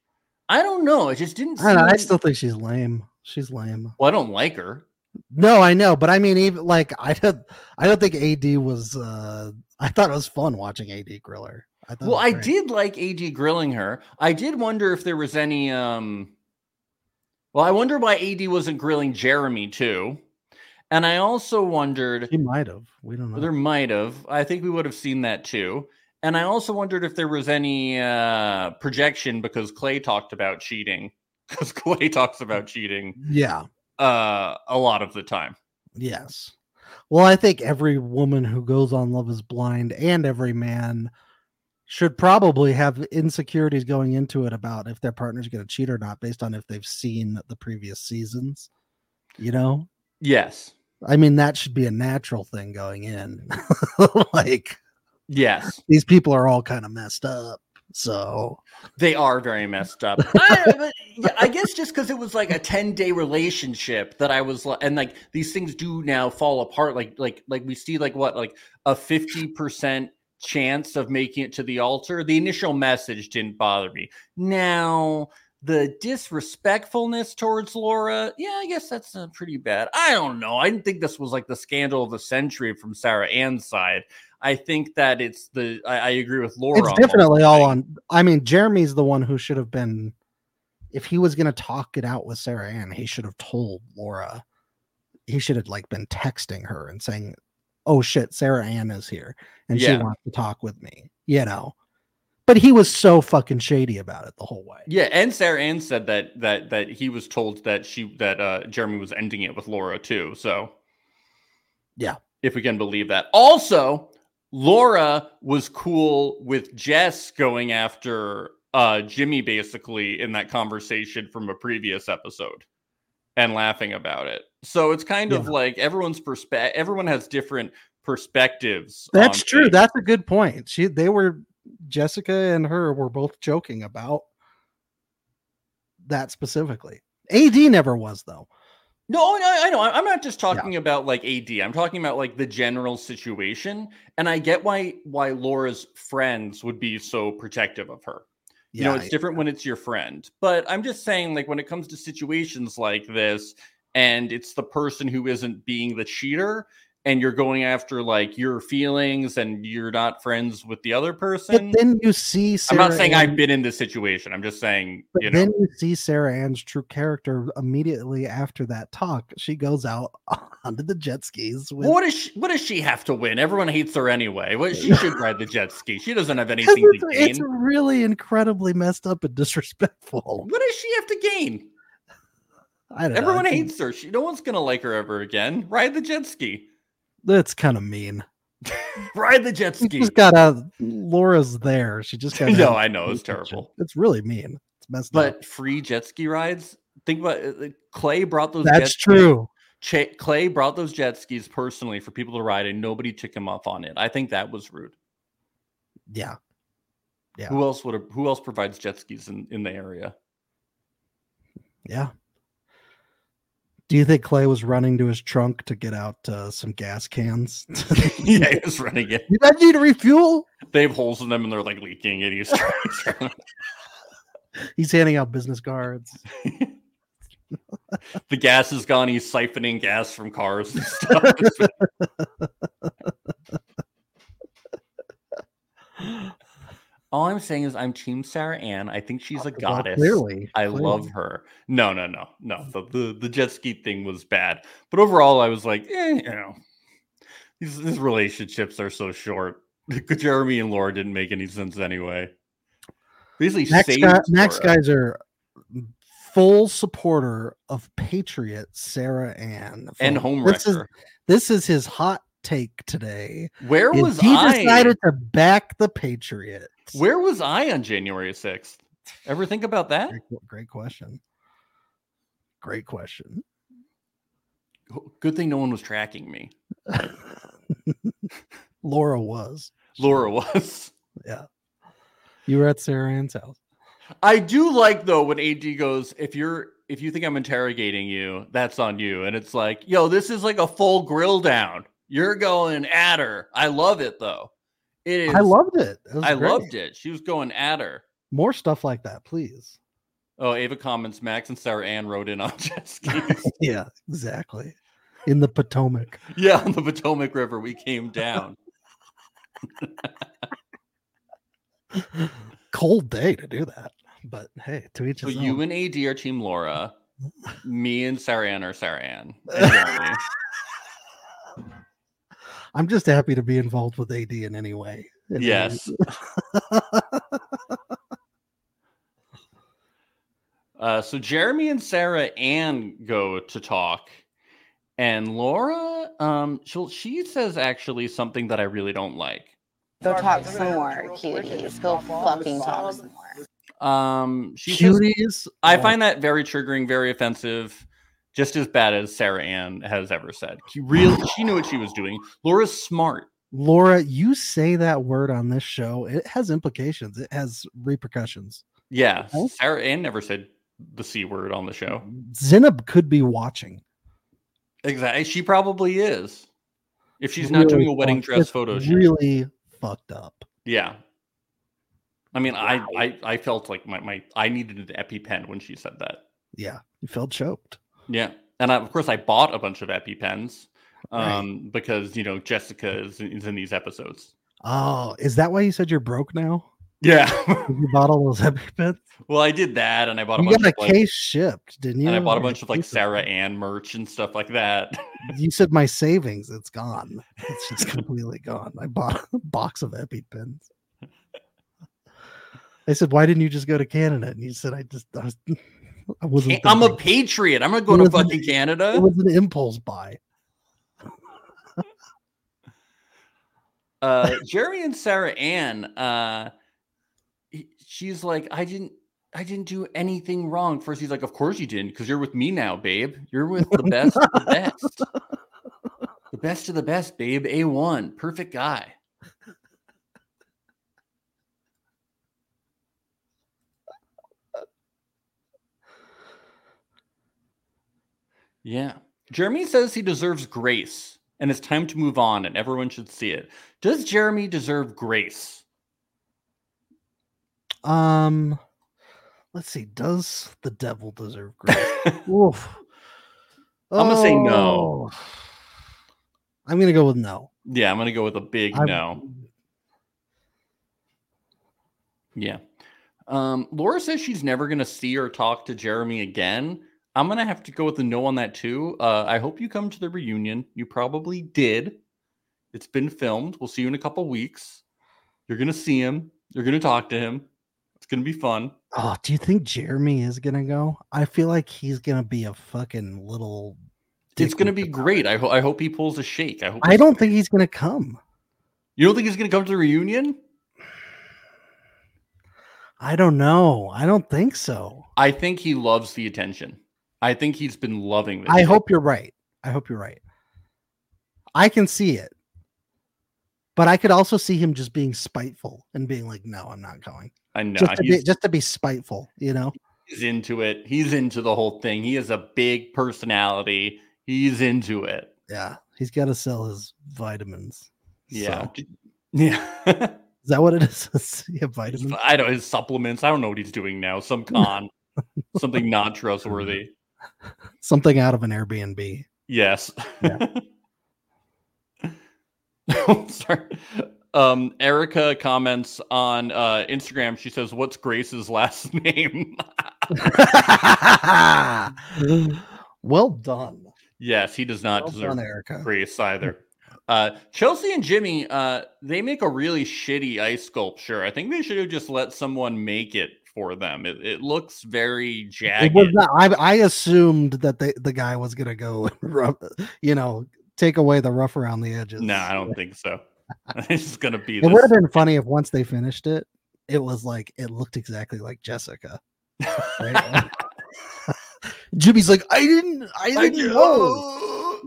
Speaker 1: I don't know. It just didn't.
Speaker 2: I, don't know, I
Speaker 1: seem-
Speaker 2: still think she's lame she's lame
Speaker 1: well, I don't like her.
Speaker 2: No, I know, but I mean, even like I don't, I don't think AD was. uh I thought it was fun watching AD Griller. I thought it
Speaker 1: Well,
Speaker 2: was
Speaker 1: I
Speaker 2: great.
Speaker 1: did like AD grilling her. I did wonder if there was any. um Well, I wonder why AD wasn't grilling Jeremy too, and I also wondered
Speaker 2: She might have. We don't know.
Speaker 1: there might have. I think we would have seen that too. And I also wondered if there was any uh projection because Clay talked about cheating. Because Clay talks about
Speaker 2: Hmm.
Speaker 1: cheating
Speaker 2: yeah.
Speaker 1: uh a lot of the time.
Speaker 2: Yes. Well, I think every woman who goes on Love Is Blind and every man should probably have insecurities going into it about if their partner's going to cheat or not, based on if they've seen the previous seasons. You know,
Speaker 1: Yes.
Speaker 2: I mean, that should be a natural thing going in. like
Speaker 1: Yes.
Speaker 2: these people are all kind of messed up. So
Speaker 1: They are very messed up. I, but, yeah, I guess just because it was like a ten day relationship that I was, li- and like these things do now fall apart. Like like like we see like what like a fifty percent chance of making it to the altar. The initial message didn't bother me. Now the disrespectfulness towards Laura, yeah, I guess that's uh, pretty bad. I don't know. I didn't think this was like the scandal of the century from Sarah Ann's side. I think that it's the. I, I agree with Laura.
Speaker 2: it's
Speaker 1: on the whole
Speaker 2: definitely all
Speaker 1: thing.
Speaker 2: on. I mean, Jeremy's the one who should have been. If he was going to talk it out with Sarah Ann, he should have told Laura. He should have like been texting her and saying, "Oh shit, Sarah Ann is here and
Speaker 1: Yeah.
Speaker 2: she wants to talk with me," you know. But he was so fucking shady about it the whole way.
Speaker 1: Yeah, and Sarah Ann said that that that he was told that she that uh Jeremy was ending it with Laura too. So
Speaker 2: Yeah.
Speaker 1: if we can believe that. Also, Laura was cool with Jess going after uh, Jimmy basically in that conversation from a previous episode and laughing about it. So it's kind of
Speaker 2: Yeah.
Speaker 1: like everyone's perspective. Everyone has different perspectives.
Speaker 2: That's
Speaker 1: on
Speaker 2: true.
Speaker 1: things.
Speaker 2: That's a good point. She they were Jessica and her were both joking about that specifically. AD never was though.
Speaker 1: No, no, I know. I- I'm not just talking about like AD. I'm talking about like the general situation, and I get why why Laura's friends would be so protective of her. you know, it's different when it's your friend. But I'm just saying, like, when it comes to situations like this, and it's the person who isn't being the cheater, and you're going after like your feelings, and you're not friends with the other
Speaker 2: but
Speaker 1: person.
Speaker 2: then you see
Speaker 1: I'm
Speaker 2: Sarah
Speaker 1: not saying I've
Speaker 2: Ann-
Speaker 1: been in this situation. I'm just saying,
Speaker 2: but
Speaker 1: you know,
Speaker 2: then you see Sarah Ann's true character immediately after that talk. She goes out onto the jet skis with
Speaker 1: what does she, what does she have to win? Everyone hates her anyway. What she should ride the jet ski. She doesn't have
Speaker 2: 'Cause
Speaker 1: anything to
Speaker 2: it's,
Speaker 1: gain.
Speaker 2: it's really incredibly messed up and disrespectful.
Speaker 1: What does she have to gain?
Speaker 2: I don't
Speaker 1: Everyone
Speaker 2: know. I think
Speaker 1: hates her. She, no one's gonna like her ever again. Ride the jet ski.
Speaker 2: That's kind of mean.
Speaker 1: Ride the jet
Speaker 2: She
Speaker 1: ski.
Speaker 2: just got out. Laura's there. She just got
Speaker 1: no,
Speaker 2: out.
Speaker 1: I know Oh, it's
Speaker 2: It's just-
Speaker 1: terrible.
Speaker 2: It's really mean. It's messed up.
Speaker 1: But free jet ski rides. Think about it, like, Clay brought those. jet
Speaker 2: That's
Speaker 1: skis-
Speaker 2: true.
Speaker 1: Cha- Clay brought those jet skis personally for people to ride, and nobody took him up on it. I think that was rude.
Speaker 2: Yeah. Yeah.
Speaker 1: Who else would? Who else provides jet skis in, in the area?
Speaker 2: Yeah. Do you think Clay was running to his trunk to get out uh, some gas cans?
Speaker 1: yeah, he was running it.
Speaker 2: Did I need to refuel?
Speaker 1: They have holes in them, and they're like leaking, and he's.
Speaker 2: He's handing out business cards.
Speaker 1: the gas is gone. He's siphoning gas from cars and stuff. All I'm saying is, I'm Team Sarah Ann. I think she's a
Speaker 2: Well,
Speaker 1: goddess.
Speaker 2: clearly.
Speaker 1: I
Speaker 2: clearly.
Speaker 1: love her. No, no, no, no. The, the the jet ski thing was bad, but overall, I was like, eh, you know, these, these relationships are so short. Jeremy and Laura didn't make any sense anyway. Basically,
Speaker 2: Max,
Speaker 1: saved
Speaker 2: Guy- Max
Speaker 1: Laura.
Speaker 2: Geyser, full supporter of Patriot Sarah Ann.
Speaker 1: and
Speaker 2: Full-
Speaker 1: Homewrecker.
Speaker 2: This is, this is his hot take today.
Speaker 1: Where
Speaker 2: is
Speaker 1: was
Speaker 2: he
Speaker 1: I?
Speaker 2: decided to back the Patriots.
Speaker 1: Where was I on January 6th? Ever think about that?
Speaker 2: Great, que- great question. Great question.
Speaker 1: Good thing no one was tracking me.
Speaker 2: Laura was.
Speaker 1: Laura was.
Speaker 2: You were at Sarah Ann's house.
Speaker 1: I do like though when AD goes, if you're if you think I'm interrogating you, that's on you. And it's like, yo, this is like a full grill down. You're going at her. I love it though. It is
Speaker 2: I loved it. it was
Speaker 1: I
Speaker 2: great.
Speaker 1: loved it. She was going at her.
Speaker 2: More stuff like that, please.
Speaker 1: Oh, Ava comments Max and Sarah Ann rode in on jet skis.
Speaker 2: Yeah, exactly. In the Potomac.
Speaker 1: yeah, on the Potomac River. We came down.
Speaker 2: Cold day to do that. But hey, to each
Speaker 1: So
Speaker 2: his
Speaker 1: you
Speaker 2: own.
Speaker 1: and AD are Team Laura. Me and Sarah Ann are Sarah Ann. and Jeremy.
Speaker 2: I'm just happy to be involved with AD in any way. It really-
Speaker 1: yes. uh, so Jeremy and Sarah Ann go to talk, and Laura, um, she she says actually something that I really don't like.
Speaker 4: Go talk some more, cuties. Go fucking talk some more.
Speaker 1: Um, she says,
Speaker 2: Cuties.
Speaker 1: I
Speaker 2: oh,
Speaker 1: find that very triggering, very offensive, just as bad as Sarah Ann has ever said. She really, she knew what she was doing. Laura's smart.
Speaker 2: Laura, you say that word on this show, it has implications. It has repercussions.
Speaker 1: Yeah,
Speaker 2: Okay.
Speaker 1: Sarah Ann never said the c word on the show.
Speaker 2: Zinab could be watching.
Speaker 1: Exactly. She probably is. If she's
Speaker 2: It's
Speaker 1: not
Speaker 2: really
Speaker 1: doing a wedding
Speaker 2: fucked-
Speaker 1: dress
Speaker 2: it's
Speaker 1: photo shoot.
Speaker 2: Really fucked up.
Speaker 1: Yeah. I mean, I, I I felt like my, my I needed an EpiPen when she said that.
Speaker 2: Yeah, you felt choked.
Speaker 1: Yeah. And I, of course I bought a bunch of EpiPens
Speaker 2: Right.
Speaker 1: um because you know Jessica is, is in these episodes.
Speaker 2: Oh, is that why you said you're broke now?
Speaker 1: Yeah.
Speaker 2: Did You bought all those EpiPens.
Speaker 1: well, I did that and I bought a
Speaker 2: You
Speaker 1: bunch
Speaker 2: got
Speaker 1: of
Speaker 2: a
Speaker 1: like,
Speaker 2: case shipped, didn't you?
Speaker 1: and I bought a
Speaker 2: Or
Speaker 1: bunch of like
Speaker 2: case
Speaker 1: Sarah Ann merch and stuff like that.
Speaker 2: You said my savings. It's gone. It's just completely gone. I bought a box of EpiPens. I said, why didn't you just go to Canada? And you said, I just I, was, I wasn't.
Speaker 1: I'm a
Speaker 2: thinking."
Speaker 1: patriot. I'm gonna go
Speaker 2: It
Speaker 1: to
Speaker 2: was an-
Speaker 1: fucking Canada.
Speaker 2: It was an impulse buy.
Speaker 1: uh, Jerry and Sarah Ann, uh, he- she's like, I didn't. I didn't do anything wrong. First, he's like, "Of course you didn't, because you're with me now, babe. You're with the best, of the best, the best of the best, babe. A one, perfect guy." Yeah. Jeremy says he deserves grace and it's time to move on and everyone should see it. Does Jeremy deserve grace?
Speaker 2: Um, let's see. Does the devil deserve grace? Oof.
Speaker 1: I'm gonna say no.
Speaker 2: Oh. I'm gonna go with no.
Speaker 1: yeah, I'm going to go with a big
Speaker 2: I'm-
Speaker 1: no. Yeah. Um, Laura says she's never going to see or talk to Jeremy again. I'm going to have to go with a no on that too. Uh, I hope you come to the reunion. You probably did. It's been filmed. We'll see you in a couple weeks. You're going to see him. You're going to talk to him. It's going to be fun.
Speaker 2: Oh, do you think Jeremy is gonna go? I feel like he's gonna be a fucking little.
Speaker 1: it's
Speaker 2: dick
Speaker 1: going to
Speaker 2: with
Speaker 1: be
Speaker 2: the-
Speaker 1: great. I, ho- I hope he pulls a shake. I hope.
Speaker 2: I don't think he's gonna come.
Speaker 1: You don't think he's going to come to the reunion?
Speaker 2: I don't know. I don't think so.
Speaker 1: I think he loves the attention. I think he's been loving this.
Speaker 2: I hope you're right. I hope you're right. I can see it, but I could also see him just being spiteful and being like, "No, I'm not going."
Speaker 1: I know.
Speaker 2: just to be,
Speaker 1: he's,
Speaker 2: just to be spiteful, you know.
Speaker 1: he's into it. He's into the whole thing. He is a big personality. He's into it.
Speaker 2: Yeah, he's got to sell his vitamins.
Speaker 1: Yeah.
Speaker 2: So,
Speaker 1: J- Yeah.
Speaker 2: is that what it is? yeah,
Speaker 1: His-
Speaker 2: vitamins.
Speaker 1: I don't his supplements. I don't know what he's doing now. Some con, something not trustworthy.
Speaker 2: Something out of an Airbnb.
Speaker 1: Yes.
Speaker 2: Yeah.
Speaker 1: I'm sorry. Um, Erica comments on uh, Instagram. She says, "What's Grace's last name?"
Speaker 2: well done.
Speaker 1: yes, he does not
Speaker 2: Well
Speaker 1: deserve
Speaker 2: done, Erica.
Speaker 1: Grace either. Uh, Chelsea and Jimmy, uh, they make a really shitty ice sculpture. I think they should have just let someone make it for them. It, it looks very
Speaker 2: It
Speaker 1: jagged.
Speaker 2: was not, I, I assumed that the, the guy was gonna go, and rub, you know, take away the rough around the edges.
Speaker 1: No, I don't think so. it's just gonna be
Speaker 2: It would
Speaker 1: this.
Speaker 2: have been funny if once they finished it, it was like it looked exactly like Jessica. right? Jimmy's like, I didn't, I didn't
Speaker 1: I
Speaker 2: know.
Speaker 1: know.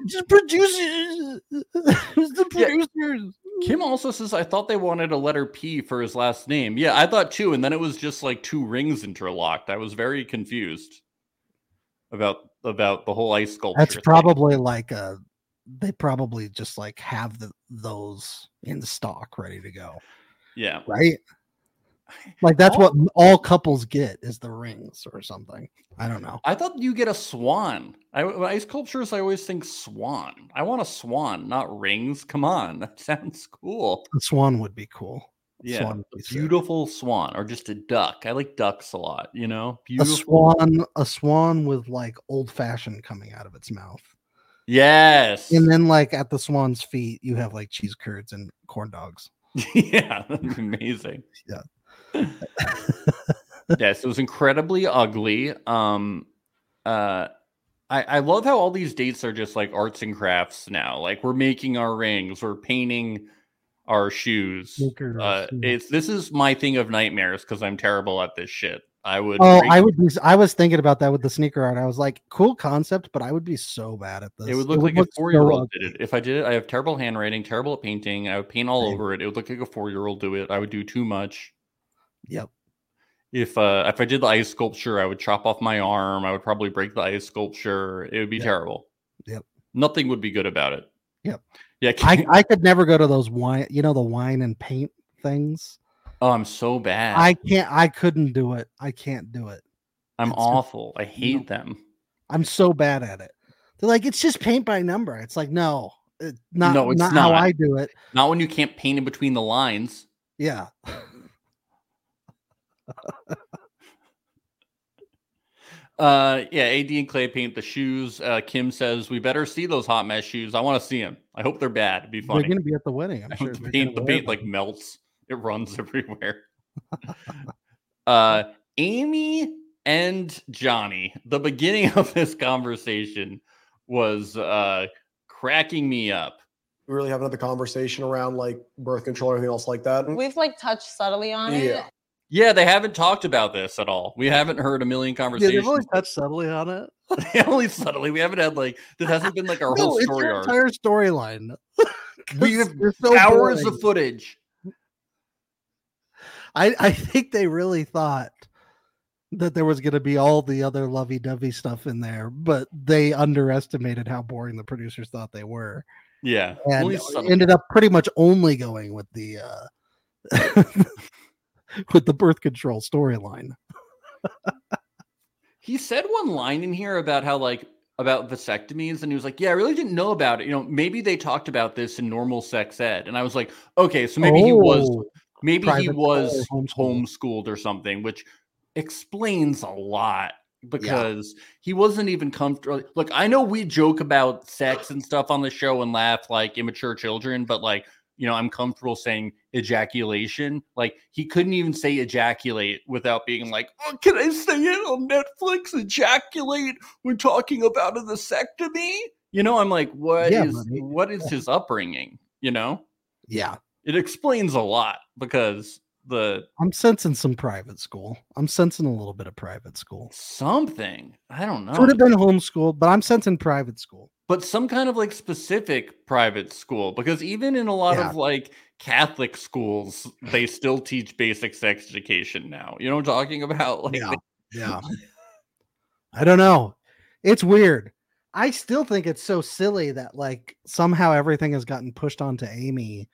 Speaker 2: Just producers, it's the
Speaker 1: Yeah.
Speaker 2: producers.
Speaker 1: Kim also says, I thought they wanted a letter P for his last name. Yeah, I thought too. And then it was just like two rings interlocked. I was very confused about about the whole ice sculpture.
Speaker 2: That's
Speaker 1: thing.
Speaker 2: probably like a. They probably just like have the, those in stock ready to go,
Speaker 1: yeah.
Speaker 2: right? Like that's what all couples get is the rings or something. I don't know.
Speaker 1: I thought you get a swan. I when ice sculptures. I always think swan. I want a swan, not rings. Come on, that sounds cool.
Speaker 2: The swan would be cool.
Speaker 1: Yeah,
Speaker 2: Swan would
Speaker 1: a
Speaker 2: be sick.
Speaker 1: beautiful swan, or just a duck. I like ducks a lot. You know,
Speaker 2: A
Speaker 1: beautiful.
Speaker 2: swan, a swan with like old fashioned coming out of its mouth.
Speaker 1: Yes.
Speaker 2: And then like at the swan's feet, you have like cheese curds and corn dogs.
Speaker 1: yeah, that'd be amazing.
Speaker 2: Yeah.
Speaker 1: yes, it was incredibly ugly. Um, uh, I I love how all these dates are just like arts and crafts now. Like we're making our rings, we're painting our shoes.
Speaker 2: Snickers,
Speaker 1: Uh,
Speaker 2: yeah.
Speaker 1: it's this is my thing of nightmares because I'm terrible at this shit. I would.
Speaker 2: Oh,
Speaker 1: rate-
Speaker 2: I would be, I was thinking about that with the sneaker art. I was like, cool concept, but I would be so bad at this.
Speaker 1: it would look like a
Speaker 2: so
Speaker 1: four year old
Speaker 2: ugly.
Speaker 1: did it. If I did it, I have terrible handwriting, terrible at painting. I would paint all
Speaker 2: Same.
Speaker 1: over it. It would look like a four year old do it. I would do too much.
Speaker 2: Yep.
Speaker 1: If uh, if I did the ice sculpture, I would chop off my arm. I would probably break the ice sculpture. It would be
Speaker 2: Yep.
Speaker 1: terrible.
Speaker 2: Yep.
Speaker 1: Nothing would be good about it.
Speaker 2: Yep.
Speaker 1: Yeah.
Speaker 2: I, I could never go to those wine, you know, the wine and paint things.
Speaker 1: oh, I'm so bad.
Speaker 2: I can't, I couldn't do it. I can't do it.
Speaker 1: I'm
Speaker 2: it's just-
Speaker 1: awful. I hate them.
Speaker 2: I'm so bad at it. They're like, it's just paint by number. It's like, no, it, not,
Speaker 1: No, it's
Speaker 2: not how
Speaker 1: not.
Speaker 2: I do it.
Speaker 1: Not when you can't paint in between the lines.
Speaker 2: Yeah.
Speaker 1: Uh, yeah, AD and Clay paint the shoes. Uh, Kim says we better see those hot mess shoes. I want to see them. I hope they're bad. It'd be
Speaker 2: They're
Speaker 1: funny.
Speaker 2: going to be at the wedding. I'm sure
Speaker 1: the
Speaker 2: they're
Speaker 1: paint, the
Speaker 2: gonna wear
Speaker 1: paint
Speaker 2: them.
Speaker 1: like melts. It runs everywhere. uh, Amy and Johnny. The beginning of this conversation was uh cracking me up.
Speaker 3: we really have another conversation around like birth control or anything else like that. And
Speaker 6: We've like touched subtly on
Speaker 3: Yeah.
Speaker 6: it.
Speaker 1: Yeah, they haven't talked about this at all. We haven't heard a million
Speaker 2: Yeah,
Speaker 1: conversations.
Speaker 2: they've only touched subtly on it.
Speaker 1: Only subtly. We haven't had like this hasn't been like our
Speaker 2: no,
Speaker 1: whole
Speaker 2: it's
Speaker 1: story
Speaker 2: their
Speaker 1: arc.
Speaker 2: entire storyline. 'Cause
Speaker 1: We have
Speaker 2: they're so
Speaker 1: Hours
Speaker 2: boring.
Speaker 1: of footage.
Speaker 2: I, I think they really thought that there was going to be all the other lovey-dovey stuff in there, but they underestimated how boring the producers thought they were,
Speaker 1: Yeah.
Speaker 2: and
Speaker 1: only subtly.
Speaker 2: ended up pretty much only going with the uh, with the birth control storyline.
Speaker 1: he said one line in here about how like about vasectomies and he was like yeah i really didn't know about it you know maybe they talked about this in normal sex ed and i was like okay so maybe he was
Speaker 2: Oh,
Speaker 1: maybe he
Speaker 2: private
Speaker 1: was
Speaker 2: school, homeschool.
Speaker 1: homeschooled or something which explains a lot because he wasn't even comfortable look i know we joke about sex and stuff on the show and laugh like immature children but like you know i'm comfortable saying ejaculation like he couldn't even say ejaculate without being like oh, can i say it on netflix ejaculate when talking about a vasectomy you know i'm like what is
Speaker 2: Yeah, buddy.
Speaker 1: what is his upbringing you know
Speaker 2: Yeah,
Speaker 1: it explains a lot because the
Speaker 2: I'm sensing some private school. I'm sensing a little bit of private school.
Speaker 1: something I don't know,
Speaker 2: Could have been homeschooled, but I'm sensing private school.
Speaker 1: but some kind of like specific private school because even in a lot
Speaker 2: Yeah.
Speaker 1: of like Catholic schools, they still teach basic sex education now. You know what I'm talking about? Like,
Speaker 2: Yeah. Yeah. I don't know. It's weird. I still think it's so silly that like somehow everything has gotten pushed onto Amy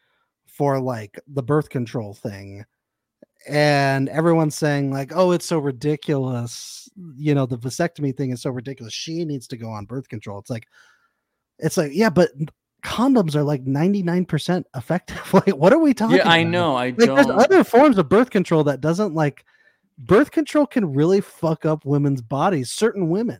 Speaker 2: for like the birth control thing. And everyone's saying like, "Oh, it's so ridiculous. You know, the vasectomy thing is so ridiculous. She needs to go on birth control." It's like it's like, "Yeah, but condoms are like 99% effective. like, what are we
Speaker 1: they-
Speaker 2: talking
Speaker 1: yeah, I
Speaker 2: about?
Speaker 1: know. I
Speaker 2: like there's
Speaker 1: don't.
Speaker 2: other forms of birth control that doesn't like birth control can really fuck up women's bodies certain women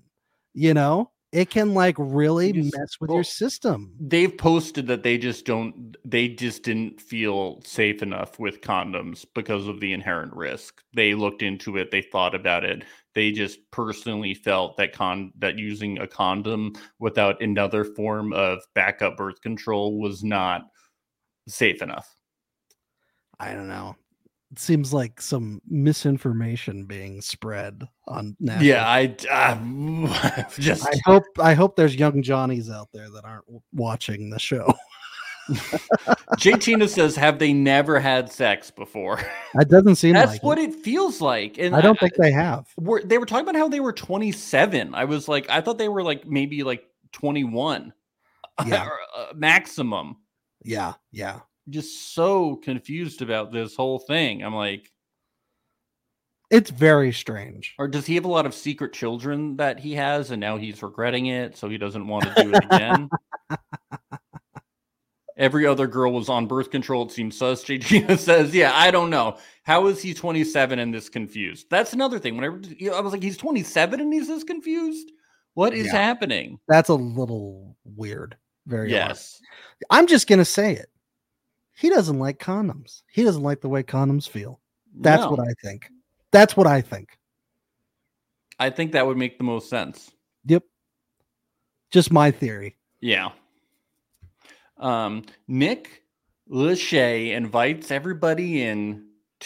Speaker 2: you know it can like really
Speaker 1: You just-
Speaker 2: mess with
Speaker 1: well-
Speaker 2: your system
Speaker 1: They've posted that they just don't. They just didn't feel safe enough with condoms because of the inherent risk. They looked into it. They thought about it. They just personally felt that con that using a condom without another form of backup birth control was not safe enough.
Speaker 2: i don't know it seems like some misinformation being spread on now
Speaker 1: Yeah, I, I just
Speaker 2: I hope I hope there's young Johnnies out there that aren't w- watching the show.
Speaker 1: Jay Tina says, have they never had sex before?
Speaker 2: It doesn't seem
Speaker 1: That's
Speaker 2: like
Speaker 1: what
Speaker 2: it.
Speaker 1: it feels like. And
Speaker 2: I don't think they have.
Speaker 1: were they were talking about how they were 27 i was like i thought they were like maybe like 21
Speaker 2: Yeah.
Speaker 1: or, uh, maximum
Speaker 2: Yeah, yeah.
Speaker 1: just so confused about this whole thing i'm like
Speaker 2: It's very strange.
Speaker 1: or does he have a lot of secret children that he has and now he's regretting it so he doesn't want to do it again every other girl was on birth control it seems sus Gina says yeah i don't know how is he 27 and this confused that's another thing whenever you know, i was like he's 27 and he's this confused what is
Speaker 2: Yeah.
Speaker 1: happening
Speaker 2: That's a little weird. Very odd.
Speaker 1: yes
Speaker 2: I'm just gonna say it. He doesn't like condoms. He doesn't like the way condoms feel. That's what I think. That's what I think.
Speaker 1: I think that would make the most sense.
Speaker 2: Yep. Just my theory.
Speaker 1: Yeah. Um, Nick Lachey invites everybody in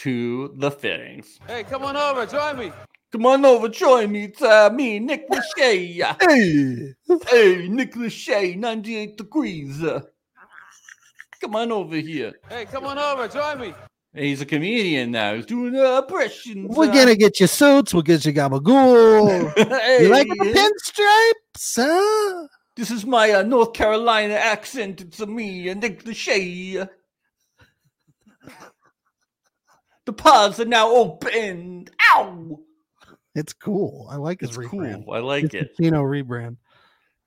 Speaker 1: to the fittings.
Speaker 3: Hey, come on over, join me.
Speaker 1: Come on over, join me, it's, uh, me, Nick Lachey.
Speaker 2: Hey,
Speaker 1: hey, Nick Lachey, 98 degrees. Come on over here.
Speaker 3: Hey, come on over, join me.
Speaker 1: He's a comedian now. He's doing uh, impressions.
Speaker 2: we're
Speaker 1: uh,
Speaker 2: gonna get you suits. We'll get you gabagool. you like
Speaker 1: hey,
Speaker 2: the pinstripes, huh?
Speaker 1: This is my uh, North Carolina accent. It's a me, uh, Nick Lachey. The pods are now open. Ow!
Speaker 2: It's cool. I like his
Speaker 1: It's
Speaker 2: rebrand.
Speaker 1: cool. I like
Speaker 2: His
Speaker 1: it.
Speaker 2: Casino rebrand.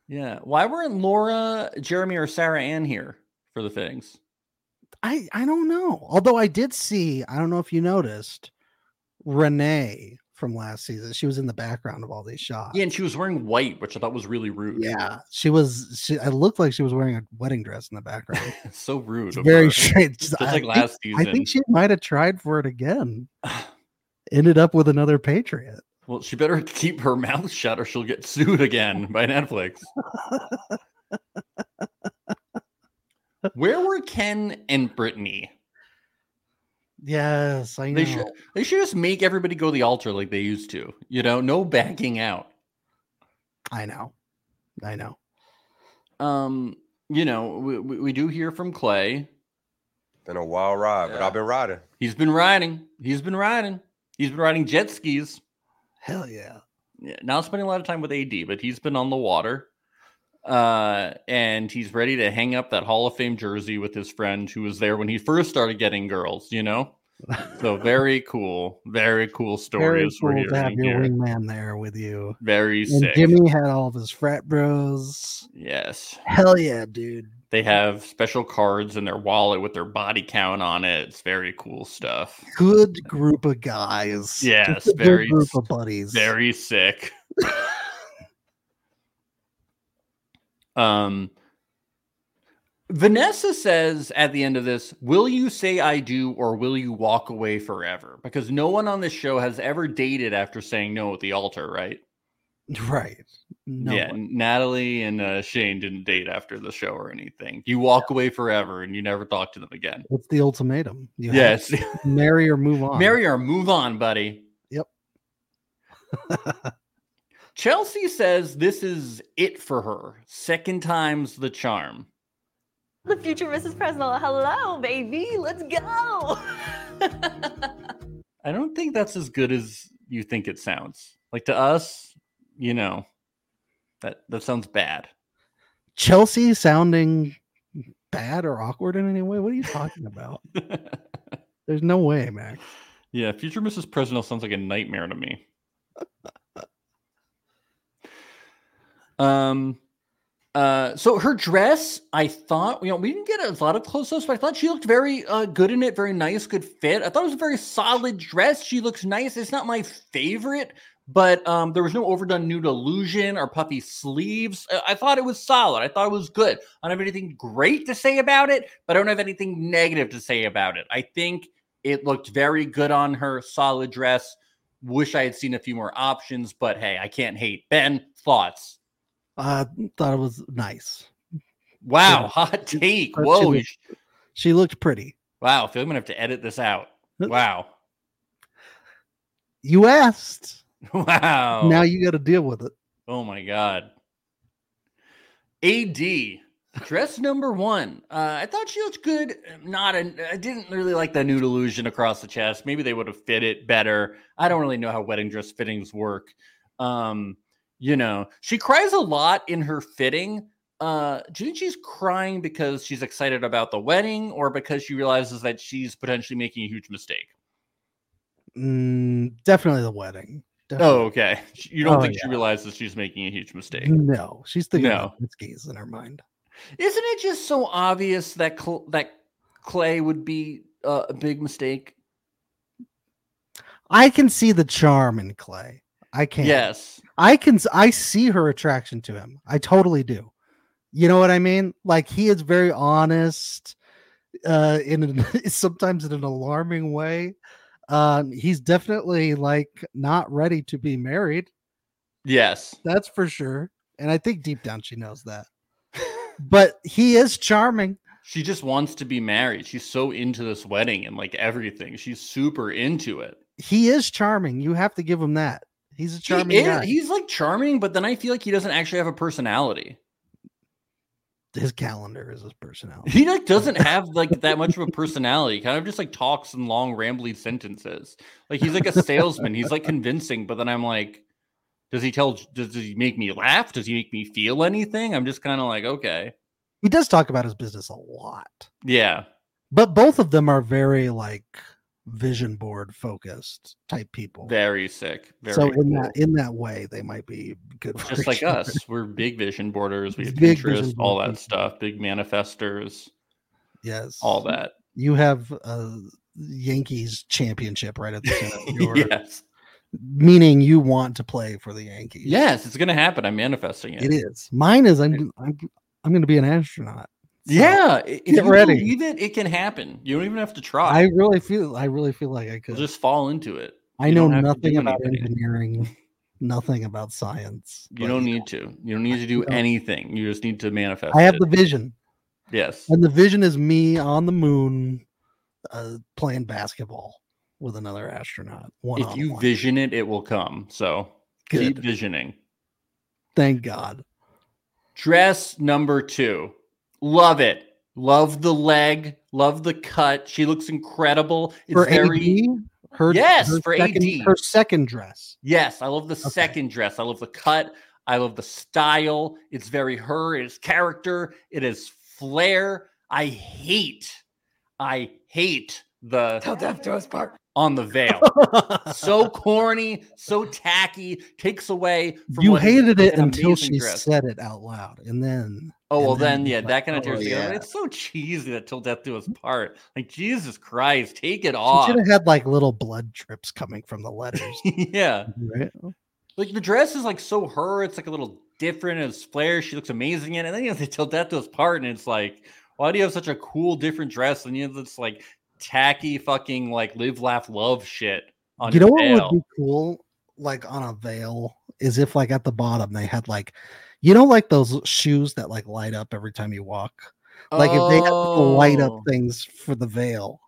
Speaker 1: Yeah. Why weren't Laura, Jeremy, or Sarah Ann here for the things?
Speaker 2: I I don't know. Although I did see, I don't know if you noticed, Renee from last season. She was in the background of all these shots.
Speaker 1: Yeah, and she was wearing white, which I thought was really rude.
Speaker 2: Yeah, she was. She, I looked like she was wearing a wedding dress in the background.
Speaker 1: so rude.
Speaker 2: It's
Speaker 1: of
Speaker 2: very
Speaker 1: her.
Speaker 2: strange.
Speaker 1: Just
Speaker 2: I,
Speaker 1: like
Speaker 2: think,
Speaker 1: last
Speaker 2: I
Speaker 1: season.
Speaker 2: think she might have tried for it again. Ended up with another Patriot.
Speaker 1: Well, she better keep her mouth shut or she'll get sued again by Netflix. Where were Ken and Brittany?
Speaker 2: Yes, I know.
Speaker 1: They should they should just make everybody go to the altar like they used to. You know, no backing out.
Speaker 2: I know. I know.
Speaker 1: Um, you know, we, we, we do hear from Clay.
Speaker 6: Been a wild ride, but
Speaker 3: Yeah.
Speaker 6: I've been riding.
Speaker 1: He's been riding. He's been riding. He's been riding jet skis.
Speaker 2: Hell yeah.
Speaker 1: Yeah, Not spending a lot of time with AD, but he's been on the water. Uh, and he's ready to hang up that Hall of Fame jersey with his friend who was there when he first started getting girls, you know? So very cool, very cool story.
Speaker 2: Very
Speaker 1: as we're
Speaker 2: cool to have
Speaker 1: hearing
Speaker 2: your
Speaker 1: here.
Speaker 2: wingman there with you.
Speaker 1: Very
Speaker 2: And
Speaker 1: sick.
Speaker 2: Jimmy had all of his frat bros.
Speaker 1: Yes.
Speaker 2: Hell yeah, dude.
Speaker 1: They have special cards in their wallet with their body count on it. It's very cool stuff.
Speaker 2: Good group of guys.
Speaker 1: Yes,
Speaker 2: Just a good
Speaker 1: very
Speaker 2: group
Speaker 1: s-
Speaker 2: of buddies.
Speaker 1: Very sick. um Vanessa says at the end of this, will you say I do or will you walk away forever? Because no one on this show has ever dated after saying no at the altar, right?
Speaker 2: right. No
Speaker 1: yeah,
Speaker 2: one.
Speaker 1: Natalie and uh, Shane didn't date after the show or anything. You walk away forever and you never talk to them again.
Speaker 2: It's the ultimatum. You have
Speaker 1: Yes.
Speaker 2: to marry or move on.
Speaker 1: Marry or move on, buddy.
Speaker 2: Yep.
Speaker 1: Chelsea says this is it for her. Second time's the charm.
Speaker 7: The future Mrs. Presnell. Hello, baby. Let's go.
Speaker 1: I don't think that's as good as you think it sounds. Like to us, you know, that that sounds bad.
Speaker 2: Chelsea sounding bad or awkward in any way. What are you talking about? There's no way, Max.
Speaker 1: yeah, future Mrs. Presnell sounds like a nightmare to me. um uh so her dress, I thought, you know, we didn't get a lot of close-ups, but I thought she looked very uh good in it, very nice, good fit. I thought it was a very solid dress. She looks nice. It's not my favorite, but um there was no overdone nude illusion or puffy sleeves. I, I thought it was solid. I thought it was good. I don't have anything great to say about it, but I don't have anything negative to say about it. I think it looked very good on her, solid dress. Wish I had seen a few more options, but hey, I can't hate. Ben, thoughts?
Speaker 2: I thought it was nice.
Speaker 1: Wow,
Speaker 2: Yeah.
Speaker 1: hot take.
Speaker 2: That
Speaker 1: Whoa,
Speaker 2: should be-
Speaker 1: you sh-
Speaker 2: She looked pretty.
Speaker 1: wow. I feel I'm gonna have to edit this out. Wow,
Speaker 2: You asked.
Speaker 1: wow.
Speaker 2: Now you got to deal with it.
Speaker 1: oh my god. Ad dress number one. Uh, I thought she looked good. Not, an, I didn't really like the nude illusion across the chest. Maybe they would have fit it better. I don't really know how wedding dress fittings work. um you know she cries a lot in her fitting uh do you think she's crying because she's excited about the wedding or because she realizes that she's potentially making a huge mistake
Speaker 2: Mm, definitely the wedding.
Speaker 1: oh okay She- you don't
Speaker 2: Oh,
Speaker 1: think she realizes she's making a huge mistake
Speaker 2: Definitely. no, she's thinking
Speaker 1: No.
Speaker 2: about whiskeys in her mind.
Speaker 1: isn't it just so obvious that Cl- that clay would be uh, a big mistake
Speaker 2: I can see the charm in Clay. I can't.
Speaker 1: yes
Speaker 2: I can. s- I see her attraction to him. I totally do. You know what I mean? Like he is very honest, uh, in an, sometimes in an alarming way. Um, he's definitely like not ready to be married.
Speaker 1: yes
Speaker 2: That's for sure. And I think deep down she knows that. But he is charming.
Speaker 1: she just wants to be married she's so into this wedding and like everything she's super into it
Speaker 2: He is charming. You have to give him that. He's a
Speaker 1: He
Speaker 2: charming
Speaker 1: is-
Speaker 2: guy.
Speaker 1: He's like charming, but then I feel like he doesn't actually have a personality.
Speaker 2: His calendar is his personality.
Speaker 1: He like doesn't have like that much of a personality. He Kind of just like talks in long rambling sentences. Like he's like a salesman. he's like convincing, but then I'm like, does he tell? Does, does he make me laugh? Does he make me feel anything? I'm just kind of like, okay,
Speaker 2: He does talk about his business a lot.
Speaker 1: yeah,
Speaker 2: But both of them are very like vision board focused type people.
Speaker 1: very sick. Very
Speaker 2: so in
Speaker 1: cool.
Speaker 2: that in that way they might be good for
Speaker 1: just like
Speaker 2: each other.
Speaker 1: us, we're big vision boarders. We have
Speaker 2: Big vision
Speaker 1: Pinterest, all
Speaker 2: board people.
Speaker 1: that stuff. Big manifestors,
Speaker 2: Yes.
Speaker 1: all that.
Speaker 2: You have a Yankees championship right at the center of your
Speaker 1: yes,
Speaker 2: meaning you want to play for the Yankees.
Speaker 1: yes, it's gonna happen. I'm manifesting it.
Speaker 2: It is. Mine is I'm g- I'm I'm going to be an astronaut. So
Speaker 1: Yeah, i- if
Speaker 2: Get
Speaker 1: you
Speaker 2: ready.
Speaker 1: believe it, it can happen. You don't even have to try.
Speaker 2: I really feel I really feel like I could.
Speaker 1: You'll just fall into it.
Speaker 2: I
Speaker 1: you
Speaker 2: know
Speaker 1: don't have to
Speaker 2: nothing
Speaker 1: do
Speaker 2: about
Speaker 1: anything.
Speaker 2: engineering, nothing about science.
Speaker 1: You
Speaker 2: but
Speaker 1: don't need to. You don't need to do
Speaker 2: don't.
Speaker 1: anything. You just need to manifest.
Speaker 2: I have
Speaker 1: it.
Speaker 2: the vision,
Speaker 1: yes.
Speaker 2: and the vision is me on the moon, uh, playing basketball with another astronaut. One
Speaker 1: If you vision it, it will come. So keep
Speaker 2: good,
Speaker 1: visioning.
Speaker 2: thank God.
Speaker 1: Dress number two. Love it. Love the leg. Love the cut. She looks incredible. It's
Speaker 2: For
Speaker 1: very
Speaker 2: AD, her
Speaker 1: Yes,
Speaker 2: her
Speaker 1: for
Speaker 2: second,
Speaker 1: AD.
Speaker 2: her second dress.
Speaker 1: yes. I love the second dress. I love the cut. I love the style. It's very her. It's character. It is flair. I hate. I hate the
Speaker 5: Tell Death to us part.
Speaker 1: on the veil. so corny. So tacky. Takes away. From
Speaker 2: you
Speaker 1: what is
Speaker 2: hated it
Speaker 1: an
Speaker 2: until
Speaker 1: amazing
Speaker 2: she
Speaker 1: dress.
Speaker 2: said it out loud, and then
Speaker 1: Oh
Speaker 2: And
Speaker 1: well,
Speaker 2: then
Speaker 1: then
Speaker 2: it's
Speaker 1: yeah,
Speaker 2: like,
Speaker 1: that kind of
Speaker 2: oh,
Speaker 1: tears together.
Speaker 2: yeah.
Speaker 1: It's so cheesy that till death do us part. Like Jesus Christ, take it
Speaker 2: she
Speaker 1: off.
Speaker 2: should have had like little blood drips coming from the letters.
Speaker 1: yeah,
Speaker 2: right?
Speaker 1: like the dress is like so her. It's like a little different. It's flair. She looks amazing in it. And then you have till death do us part, and it's like, why do you have such a cool different dress and you have this like tacky fucking like live laugh love shit on
Speaker 2: you know
Speaker 1: your
Speaker 2: what
Speaker 1: veil?
Speaker 2: would be cool like on a veil is if like at the bottom they had like you know like those shoes that like light up every time you walk like if they had little light up
Speaker 1: Oh.
Speaker 2: things for the veil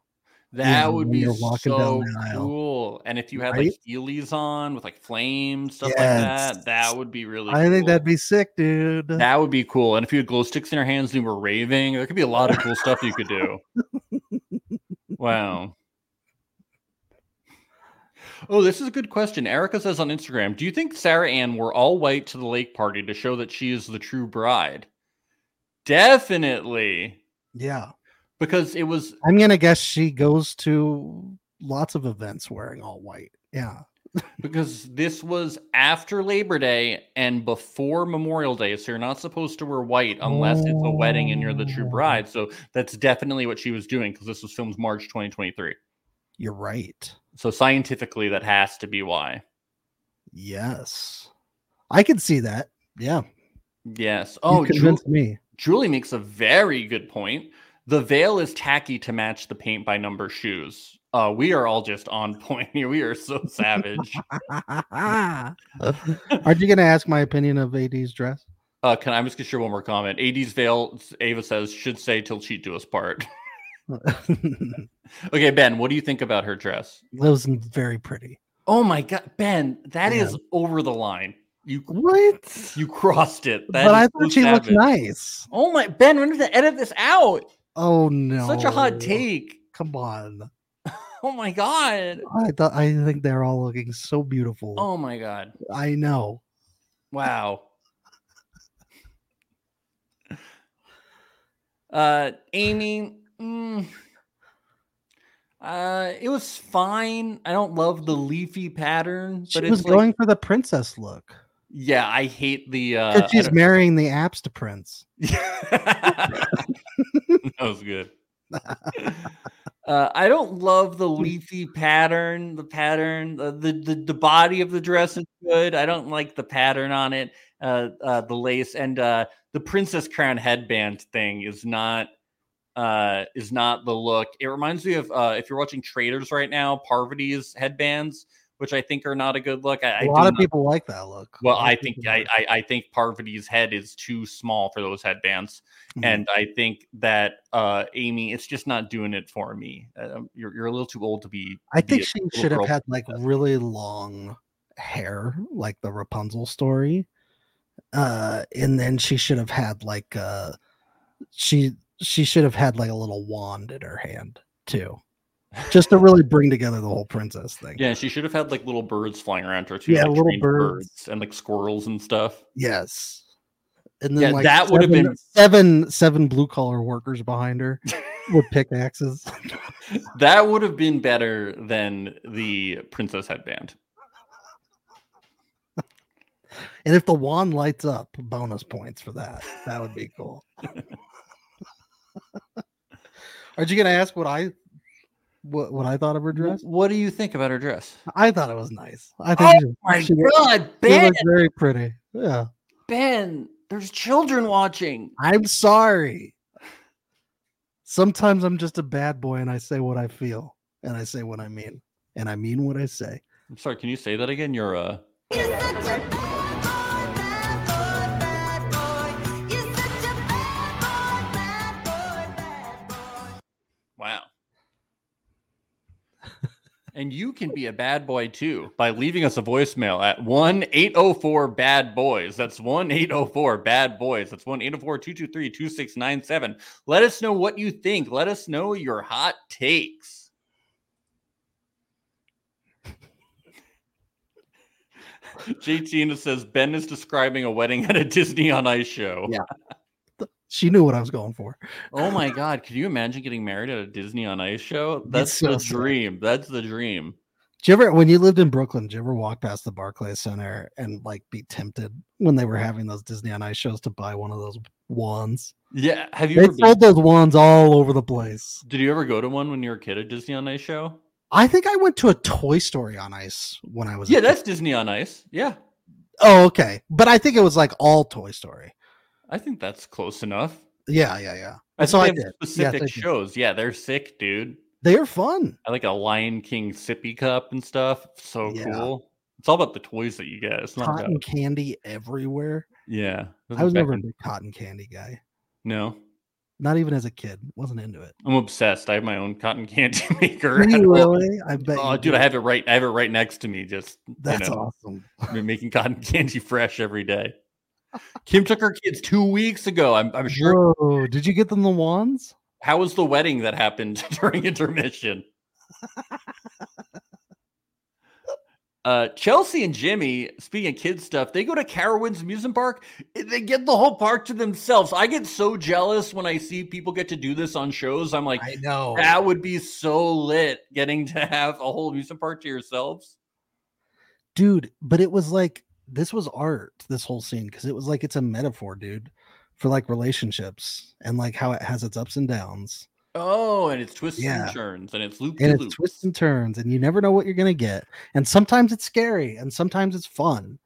Speaker 1: That
Speaker 2: know,
Speaker 1: would
Speaker 2: when
Speaker 1: be
Speaker 2: you're walking
Speaker 1: so
Speaker 2: down the aisle.
Speaker 1: cool. And if you had
Speaker 2: Right?
Speaker 1: like Heelys on with like flames, stuff
Speaker 2: Yes.
Speaker 1: like that, that would be really
Speaker 2: i think
Speaker 1: cool.
Speaker 2: that'd be sick dude
Speaker 1: that would be cool. And if you had glow sticks in your hands and you were raving, there could be a lot of cool stuff you could do. Wow. Oh, this is a good question. Erica says on Instagram, do you think Sarah Ann wore all white to the lake party to show that she is the true bride? Definitely.
Speaker 2: yeah
Speaker 1: Because it was
Speaker 2: i'm gonna guess she goes to lots of events wearing all white yeah
Speaker 1: Because this was after Labor Day and before Memorial Day, so you're not supposed to wear white unless it's a wedding and you're the true
Speaker 2: Oh.
Speaker 1: bride. So that's definitely what she was doing because this was filmed March 2023.
Speaker 2: you're right
Speaker 1: So scientifically, that has to be why.
Speaker 2: yes i can see that yeah you
Speaker 1: Yes. Oh, Ju-
Speaker 2: convinced me
Speaker 1: Julie makes a very good point. The veil is tacky to match the paint by number shoes. Uh, we are all just on point here. We are so savage.
Speaker 2: aren't you gonna ask my opinion of ad's dress
Speaker 1: Uh, can I I'm just get share one more comment? 80s veil, Ava says, should say till cheat to us part.
Speaker 2: it
Speaker 1: Okay, Ben, what do you think about her dress?
Speaker 2: was very pretty.
Speaker 1: Oh my god, Ben, that
Speaker 2: Yeah.
Speaker 1: is over the line. You
Speaker 2: What?
Speaker 1: you crossed it. That is
Speaker 2: but I
Speaker 1: so
Speaker 2: thought she
Speaker 1: savage.
Speaker 2: looked nice.
Speaker 1: Oh my Ben, when did they edit this out?
Speaker 2: Oh no!
Speaker 1: Such a hot take.
Speaker 2: Come on.
Speaker 1: Oh my god.
Speaker 2: I thought I think they're all looking so beautiful.
Speaker 1: Oh my god.
Speaker 2: I know.
Speaker 1: Wow. Uh Amy, mm, uh, it was fine. I don't love the leafy pattern,
Speaker 2: She
Speaker 1: but
Speaker 2: was
Speaker 1: it's like,
Speaker 2: going for the princess look.
Speaker 1: yeah, I hate the
Speaker 2: 'Cause
Speaker 1: uh I
Speaker 2: she's marrying the apps to Prince.
Speaker 1: that was good. Uh, I don't love the leafy pattern. The pattern, uh, the, the the the body of the dress is good. I don't like the pattern on it. Uh, uh, the lace and uh, the princess crown headband thing is not uh, is not the look. It reminds me of uh, if you're watching Traders right now, Parvati's headbands, which I think are not a good look. I,
Speaker 2: A
Speaker 1: I do
Speaker 2: lot of
Speaker 1: not-
Speaker 2: people like that look. A
Speaker 1: well,
Speaker 2: lot
Speaker 1: I
Speaker 2: of
Speaker 1: think
Speaker 2: people
Speaker 1: I,
Speaker 2: like-
Speaker 1: I I think Parvati's head is too small for those headbands,
Speaker 2: Mhm.
Speaker 1: and I think that uh Amy, it's just not doing it for me. Uh, you're you're a little too old to be.
Speaker 2: I
Speaker 1: be
Speaker 2: think
Speaker 1: a
Speaker 2: she
Speaker 1: little
Speaker 2: should have
Speaker 1: girl.
Speaker 2: had like really long hair, like the Rapunzel story. Uh, and then she should have had like uh she she should have had like a little wand in her hand too. Just to really bring together the whole princess thing.
Speaker 1: Yeah, she should have had like little birds flying around her too.
Speaker 2: Yeah,
Speaker 1: like,
Speaker 2: little
Speaker 1: trained
Speaker 2: birds.
Speaker 1: and like squirrels and stuff.
Speaker 2: Yes. And
Speaker 1: Yeah, that would have
Speaker 2: seven-
Speaker 1: been-
Speaker 2: seven seven blue collar workers behind her with pickaxes.
Speaker 1: That would have been better than the princess headband.
Speaker 2: And if the wand lights up, bonus points for that. That would be cool. Aren't you gonna ask what I what what I thought of her
Speaker 1: Wh-
Speaker 2: dress?
Speaker 1: What do you think about her dress?
Speaker 2: I thought it was nice. I think oh she, she, looked-
Speaker 1: God,
Speaker 2: she looked very pretty. Yeah.
Speaker 1: Ben, there's children watching.
Speaker 2: I'm sorry. Sometimes I'm just a bad boy and I say what I feel and I say what I mean. And I mean what I say.
Speaker 1: I'm sorry, can you say that again? You're uh Wow. And you can be a bad boy too by leaving us a voicemail at 1 804 Bad Boys. That's 1 804 Bad Boys. That's oh 1 804 223 2697. Let us know what you think. Let us know your hot takes. JT says Ben is describing a wedding at a Disney on Ice show.
Speaker 2: Yeah. She knew what I was going for.
Speaker 1: Oh my God. Could you imagine getting married at a Disney on Ice show?
Speaker 2: It's
Speaker 1: That's
Speaker 2: so
Speaker 1: the
Speaker 2: sick.
Speaker 1: dream. That's the dream.
Speaker 2: Did you ever, when you lived in Brooklyn, did you ever walk past the Barclays Center and like be tempted when they were having those Disney on Ice shows to buy one of those wands?
Speaker 1: Yeah. Have you
Speaker 2: They
Speaker 1: ever been-
Speaker 2: sold those wands all over the place.
Speaker 1: Did you ever go to one when you were a kid at Disney on Ice show?
Speaker 2: I think I went to a Toy Story on Ice when I was. a
Speaker 1: Yeah,
Speaker 2: kid.
Speaker 1: that's Disney on Ice. Yeah,
Speaker 2: Oh, okay. But I think it was like all Toy Story.
Speaker 1: I think that's close enough.
Speaker 2: Yeah, yeah, yeah.
Speaker 1: I think
Speaker 2: so I
Speaker 1: they
Speaker 2: did.
Speaker 1: have
Speaker 2: Yes,
Speaker 1: Specific
Speaker 2: I did.
Speaker 1: shows. Yeah, they're sick, dude.
Speaker 2: They're fun.
Speaker 1: I like a Lion King sippy cup and stuff. So
Speaker 2: Yeah.
Speaker 1: cool. It's all about the toys that you get. It's not
Speaker 2: Cotton
Speaker 1: about
Speaker 2: candy everywhere.
Speaker 1: yeah.
Speaker 2: I was
Speaker 1: Back
Speaker 2: never a
Speaker 1: in-
Speaker 2: big cotton candy guy.
Speaker 1: no.
Speaker 2: Not even as a kid. Wasn't into it.
Speaker 1: I'm obsessed. I have my own cotton candy maker. at home.
Speaker 2: Really? I bet.
Speaker 1: Oh,
Speaker 2: you
Speaker 1: dude,
Speaker 2: do.
Speaker 1: I have it right. I have it right next to me. Just
Speaker 2: That's
Speaker 1: know.
Speaker 2: awesome.
Speaker 1: I've been making cotton candy fresh every day. Kim took her kids two weeks ago. I'm, I'm sure
Speaker 2: Whoa, did you get them the wands?
Speaker 1: How was the wedding that happened during intermission? uh, Chelsea and Jimmy, speaking of kids stuff, they go to Carowinds Amusement Park. and They get the whole park to themselves. I get so jealous when I see people get to do this on shows. I'm like,
Speaker 2: I know.
Speaker 1: that would be so lit getting to have a whole amusement park to yourselves.
Speaker 2: Dude, but it was like this was art, this whole scene, because it was like it's a metaphor, dude, for like relationships and like how it has its ups and downs
Speaker 1: Oh, and it's twists
Speaker 2: Yeah.
Speaker 1: and turns, and it's loop
Speaker 2: and it's twists and turns, and you never know what you're gonna get. And sometimes it's scary and sometimes it's fun,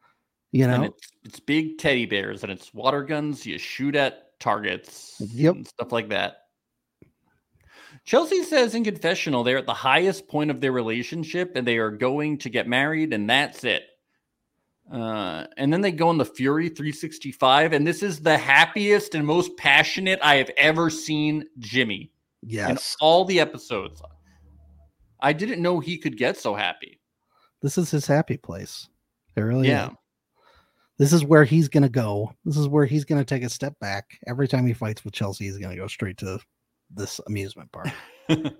Speaker 2: you
Speaker 1: and
Speaker 2: know.
Speaker 1: it's, it's big teddy bears and it's water guns you shoot at targets
Speaker 2: Yep.
Speaker 1: and stuff like that chelsea says in confessional they're at the highest point of their relationship and they are going to get married and that's it uh, and then they go on the fury 365 and this is the happiest and most passionate i have ever seen jimmy in
Speaker 2: Yes,
Speaker 1: all the episodes i didn't know he could get so happy
Speaker 2: this is his happy place. It really
Speaker 1: yeah
Speaker 2: is. This is where he's gonna go. This is where he's gonna take a step back. Every time he fights with Chelsea, he's gonna go straight to this amusement park.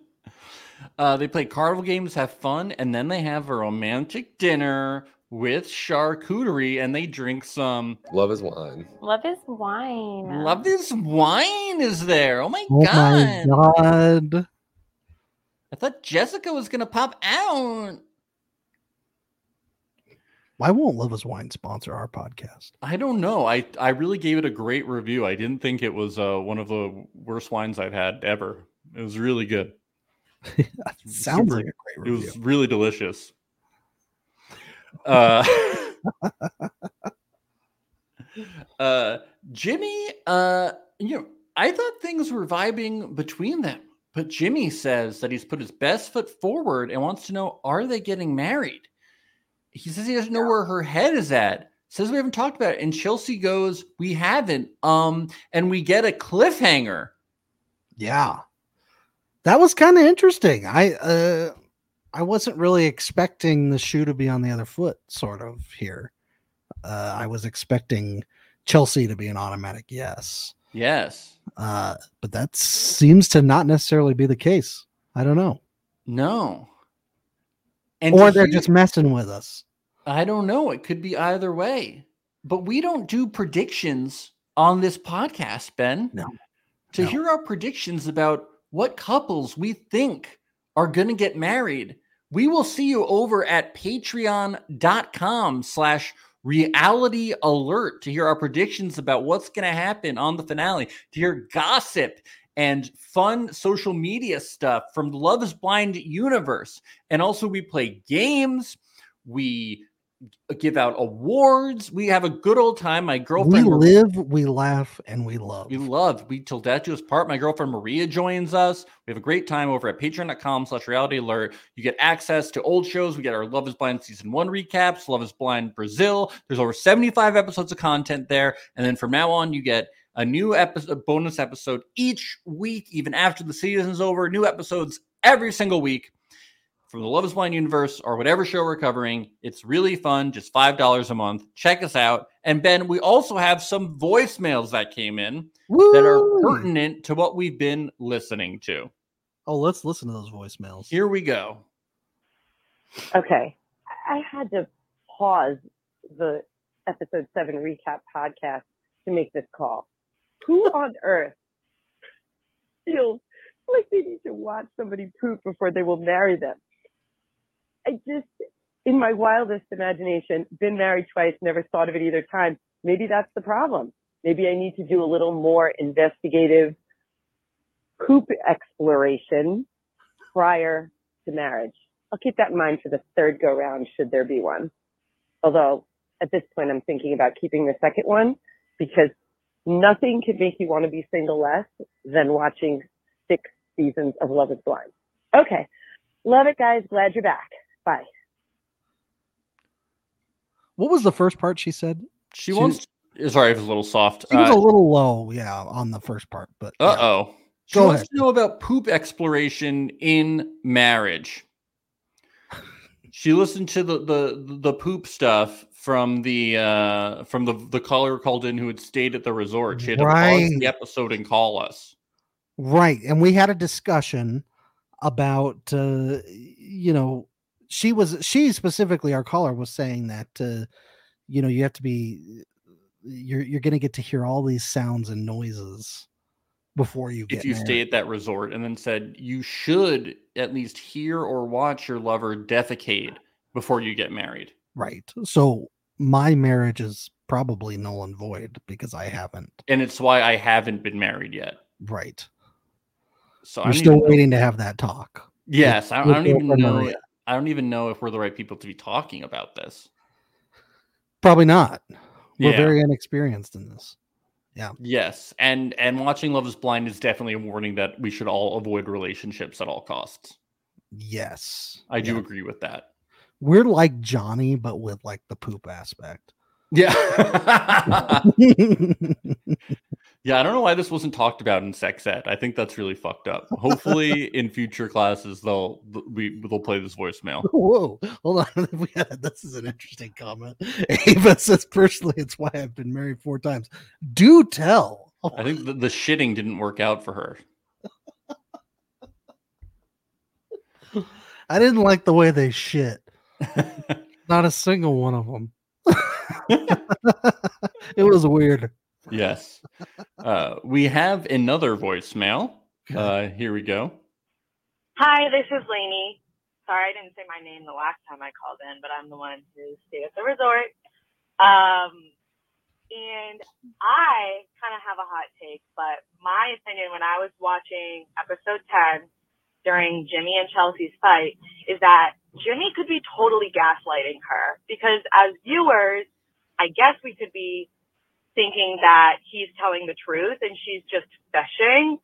Speaker 1: uh, they play carnival games, have fun, and then they have a romantic dinner with charcuterie and they drink some.
Speaker 6: Love is wine.
Speaker 7: Love is wine.
Speaker 1: Love this wine is there. Oh my
Speaker 2: Oh
Speaker 1: god.
Speaker 2: my god.
Speaker 1: I thought Jessica was gonna pop out.
Speaker 2: Why won't Love is Wine sponsor our podcast?
Speaker 1: I don't know. I, I really gave it a great review. I didn't think it was uh, one of the worst wines I've had ever. It was really good.
Speaker 2: That sounds
Speaker 1: Super-
Speaker 2: like a great
Speaker 1: It
Speaker 2: review.
Speaker 1: was really delicious. Uh, uh, Jimmy, uh, you know, I thought things were vibing between them, but Jimmy says that he's put his best foot forward and wants to know are they getting married? He says he doesn't know where her head is at. Says we haven't talked about it, and Chelsea goes, "We haven't." Um, and we get a cliffhanger.
Speaker 2: Yeah. That was kind of interesting. I uh I wasn't really expecting the shoe to be on the other foot sort of here. Uh I was expecting Chelsea to be an automatic yes.
Speaker 1: Yes.
Speaker 2: Uh but that seems to not necessarily be the case. I don't know.
Speaker 1: No. And
Speaker 2: Or
Speaker 1: to
Speaker 2: they're
Speaker 1: hear-
Speaker 2: just messing with us.
Speaker 1: I don't know. It could be either way. But we don't do predictions on this podcast, Ben.
Speaker 2: No.
Speaker 1: To
Speaker 2: No.
Speaker 1: hear our predictions about what couples we think are going to get married, we will see you over at patreon.com slash reality alert to hear our predictions about what's going to happen on the finale, to hear gossip and fun social media stuff from the Love is Blind universe. And also, we play games. We give out awards. We have a good old time. My
Speaker 2: We
Speaker 1: girlfriend Maria-
Speaker 2: live, we laugh, and we love.
Speaker 1: we love. We till death do us part. My girlfriend Maria joins us. We have a great time over at patreon.com slash reality alert. You get access to old shows. We get our Love is Blind season one recaps, Love is Blind Brazil. There's over 75 episodes of content there. And then from now on, you get a new episode, bonus episode each week, even after the season's over, new episodes every single week. For from the Love is Blind universe or whatever show we're covering. It's really fun, just $5 a month. Check us out. And Ben, we also have some voicemails that came in that are
Speaker 2: Woo!
Speaker 1: pertinent to what we've been listening to.
Speaker 2: Oh, let's listen to those voicemails.
Speaker 1: Here we go.
Speaker 8: Okay. I I had to pause the episode seven recap podcast to make this call. Who on earth feels like they need to watch somebody poop before they will marry them? I just, in my wildest imagination, been married twice, never thought of it either time. Maybe that's the problem. Maybe I need to do a little more investigative poop exploration prior to marriage. I'll keep that in mind for the third go round, should there be one. Although at this point, I'm thinking about keeping the second one because nothing could make you want to be single less than watching six seasons of Love is Blind. Okay. Love it, guys. Glad you're back. Bye.
Speaker 2: What was the first part she said?
Speaker 1: She, wants. Sorry, it was a little soft.
Speaker 2: She was a little low, yeah, on the first part, but yeah.
Speaker 1: Uh oh. She
Speaker 2: Go
Speaker 1: wants
Speaker 2: ahead.
Speaker 1: to know about poop exploration in marriage. She listened to the the the poop stuff from the uh from the the caller called in who had stayed at the resort. She had to pause
Speaker 2: Right.
Speaker 1: the episode and call us.
Speaker 2: Right. And we had a discussion about, uh, you know, she was, she specifically, our caller was saying that, uh, you know, you have to be, you're, you're going to get to hear all these sounds and noises before you get
Speaker 1: If you
Speaker 2: married.
Speaker 1: stay at that resort and then said you should at least hear or watch your lover defecate before you get married.
Speaker 2: Right. So my marriage is probably null and void because I haven't.
Speaker 1: And it's why I haven't been married yet.
Speaker 2: Right.
Speaker 1: So
Speaker 2: You're
Speaker 1: I'm
Speaker 2: still waiting to have that talk.
Speaker 1: Yes, I, I
Speaker 2: with
Speaker 1: don't even
Speaker 2: Oprah
Speaker 1: know.
Speaker 2: Maria.
Speaker 1: I don't even know if we're the right people to be talking about this.
Speaker 2: Probably not. We're
Speaker 1: Yeah.
Speaker 2: very inexperienced in this.
Speaker 1: Yes, and and watching Love Is Blind is definitely a warning that we should all avoid relationships at all costs.
Speaker 2: Yes.
Speaker 1: I do
Speaker 2: Yeah.
Speaker 1: agree with that.
Speaker 2: We're like Johnny, but with like the poop aspect.
Speaker 1: Yeah, yeah. I don't know why this wasn't talked about in sex ed. I think that's really fucked up. Hopefully, in future classes, they'll th- we they'll play this voicemail.
Speaker 2: Whoa, hold on. We had- this is an interesting comment. Ava says, personally, it's why I've been married four times. Do tell.
Speaker 1: I think the, the shitting didn't work out for her.
Speaker 2: I didn't like the way they shit. Not a single one of them. it was weird.
Speaker 1: yes, uh, we have another voicemail. Uh, here we go.
Speaker 9: Hi, this is Lainey. Sorry I didn't say my name the last time I called in, but I'm the one who stayed at the resort. Um, and I kind of have a hot take, but my opinion when I was watching episode 10 during Jimmy and Chelsea's fight is that Jimmy could be totally gaslighting her because as viewers, I guess we could be thinking that he's telling the truth and she's just fishing,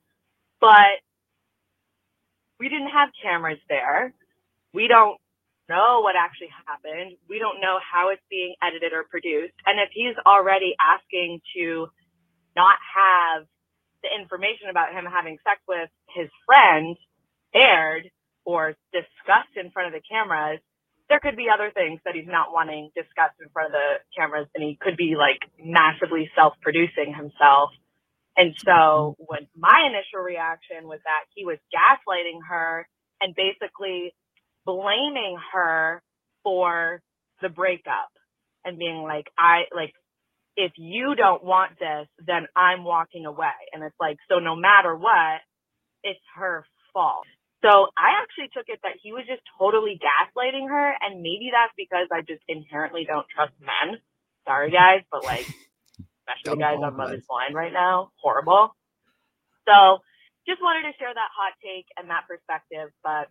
Speaker 9: but we didn't have cameras there. We don't know what actually happened. We don't know how it's being edited or produced. And if he's already asking to not have the information about him having sex with his friend aired or discussed in front of the cameras, there could be other things that he's not wanting discussed in front of the cameras and he could be like massively self producing himself. And so when my initial reaction was that he was gaslighting her and basically blaming her for the breakup and being like, I like, if you don't want this, then I'm walking away. And it's like, so no matter what, it's her fault. So I actually took it that he was just totally gaslighting her. And maybe that's because I just inherently don't trust men. Sorry, guys, but like, especially
Speaker 2: Don't
Speaker 9: guys on
Speaker 2: apologize.
Speaker 9: Mother's Blind right now, horrible. So just wanted to share that hot take and that perspective. But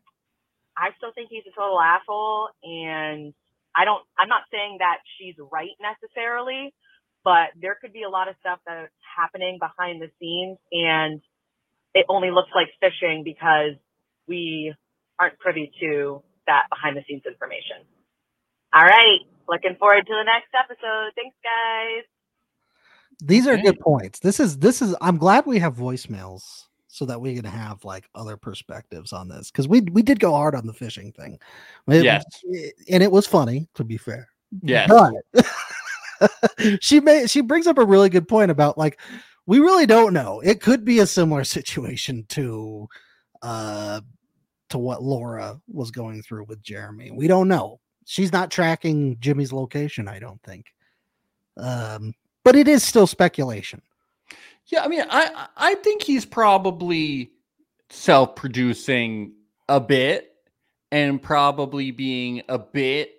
Speaker 9: I still think he's a total asshole. And I don't, I'm not saying that she's right necessarily, but there could be a lot of stuff that's happening behind the scenes. And it only looks like fishing because we aren't privy to that behind the scenes information. All right. Looking forward to the next episode. Thanks, guys.
Speaker 2: These are
Speaker 1: Okay.
Speaker 2: good points. This is this is I'm glad we have voicemails so that we can have like other perspectives on this because we we did go hard on the fishing thing. It-
Speaker 1: Yes.
Speaker 2: and it was funny to be fair.
Speaker 1: Yes.
Speaker 2: But she may she brings up a really good point about like we really don't know. It could be a similar situation to uh to what Laura was going through with Jeremy. We don't know. She's not tracking Jimmy's location, I don't think. Um but it is still speculation.
Speaker 1: Yeah, I mean, I I I think he's probably self-producing a bit and probably being a bit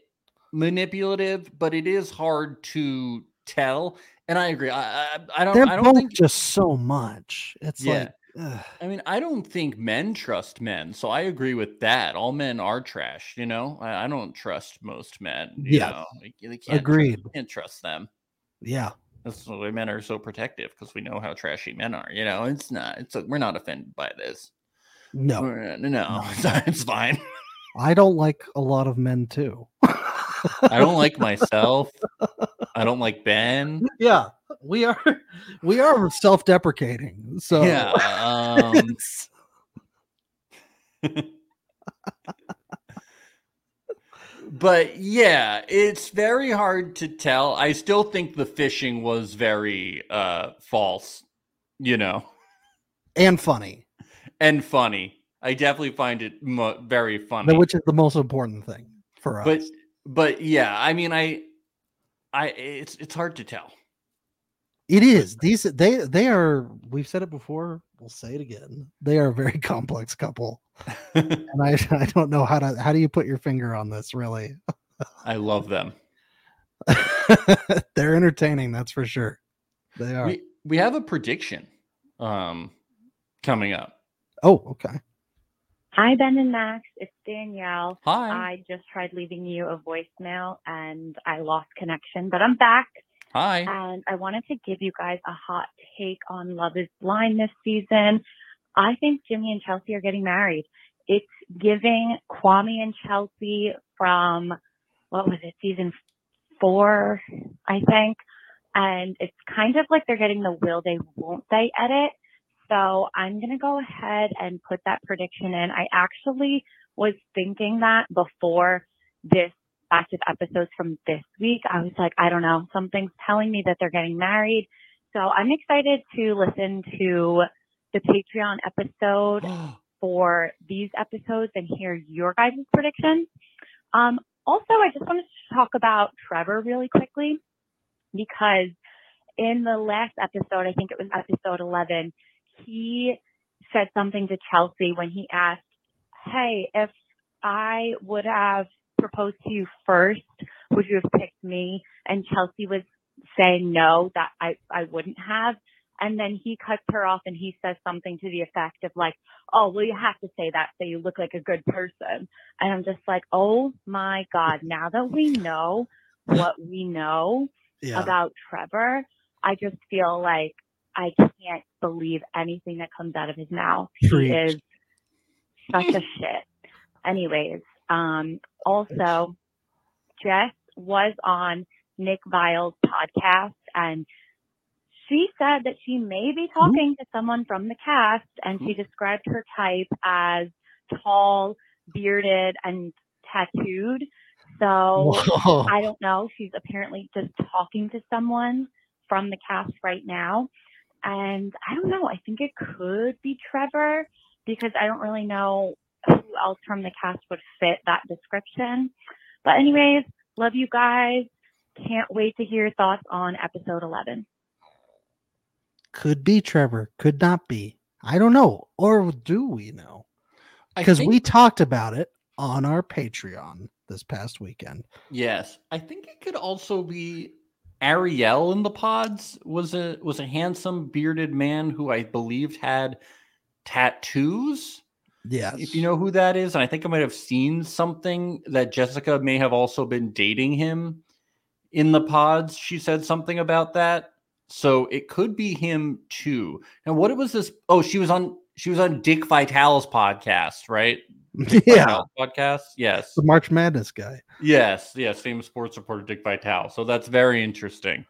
Speaker 1: manipulative, but it is hard to tell. And I agree. I I, I don't
Speaker 2: They're
Speaker 1: I don't
Speaker 2: both
Speaker 1: think
Speaker 2: just so much. It's
Speaker 1: Yeah.
Speaker 2: like ugh.
Speaker 1: I mean, I don't think men trust men, so I agree with that. All men are trash, you know. I, I don't trust most men. You
Speaker 2: Yes.
Speaker 1: know? Like, they can't
Speaker 2: Agreed.
Speaker 1: Trust, can't trust them.
Speaker 2: yeah.
Speaker 1: That's why men are so protective because we know how trashy men are. You know, it's not. It's we're not offended by this.
Speaker 2: No.
Speaker 1: We're- no, it's fine.
Speaker 2: I don't like a lot of men too.
Speaker 1: I don't like myself. I don't like Ben.
Speaker 2: yeah we are we are self-deprecating so
Speaker 1: yeah. Um,
Speaker 2: it's-
Speaker 1: but yeah, it's very hard to tell. I still think the fishing was very uh false, you know,
Speaker 2: and funny
Speaker 1: and funny. I definitely find it mo- very funny.
Speaker 2: but which is the most important thing for us
Speaker 1: but but yeah, I mean I I it's it's hard to tell.
Speaker 2: it is these they they are we've said it before we'll say it again they are a very complex couple and i i don't know how to how do you put your finger on this really
Speaker 1: I love them.
Speaker 2: they're entertaining that's for sure they are
Speaker 1: We we have a prediction um coming up.
Speaker 2: oh okay
Speaker 9: Hi, Ben and Max. It's Danielle.
Speaker 1: Hi.
Speaker 9: I just tried leaving you a voicemail and I lost connection, but I'm back.
Speaker 1: Hi.
Speaker 9: And I wanted to give you guys a hot take on Love is Blind this season. I think Jimmy and Chelsea are getting married. It's giving Kwame and Chelsea from, what was it, season four, I think. And it's kind of like they're getting the will they, won't they edit. So I'm going to go ahead and put that prediction in. I actually was thinking that before this batch of episodes from this week. I was like, I don't know, something's telling me that they're getting married. So I'm excited to listen to the Patreon episode for these episodes and hear your guys' predictions. Um, also, I just wanted to talk about Trevor really quickly because in the last episode, I think it was episode 11, he said something to Chelsea when he asked, Hey, if I would have proposed to you first, would you have picked me? And Chelsea was saying no, that I, I wouldn't have. And then he cuts her off and he says something to the effect of like, oh, well, you have to say that so you look like a good person. And I'm just like, oh my God, now that we know what we know
Speaker 2: yeah
Speaker 9: about Trevor, I just feel like I can't believe anything that comes out of his mouth.
Speaker 2: Preach.
Speaker 9: He is such a shit. Anyways, um, also, Jess was on Nick Vile's podcast and she said that she may
Speaker 2: Mm-hmm.
Speaker 9: be talking to someone from the cast and she described her type as tall, bearded, and tattooed. So
Speaker 2: Whoa.
Speaker 9: I don't know. She's apparently just talking to someone from the cast right now. And I don't know. I think it could be Trevor because I don't really know who else from the cast would fit that description. But, anyways, love you guys. Can't wait to hear your thoughts on episode 11.
Speaker 2: could be trevor could not be i don't know or do we know
Speaker 1: I
Speaker 2: because
Speaker 1: think-
Speaker 2: we talked about it on our Patreon this past weekend.
Speaker 1: Yes, I think it could also be Ariel in the pods was a was a handsome bearded man who I believed had tattoos.
Speaker 2: Yes,
Speaker 1: If you know who that is, and I think I might have seen something that Jessica may have also been dating him in the pods. She said something about that. So it could be him too. And what was this? Oh, she was on she was on Dick Vitale's podcast, right?
Speaker 2: yeah,
Speaker 1: Vitale's podcast. Yes.
Speaker 2: the March Madness guy.
Speaker 1: Yes, yes, famous sports reporter Dick Vitale. So that's very interesting.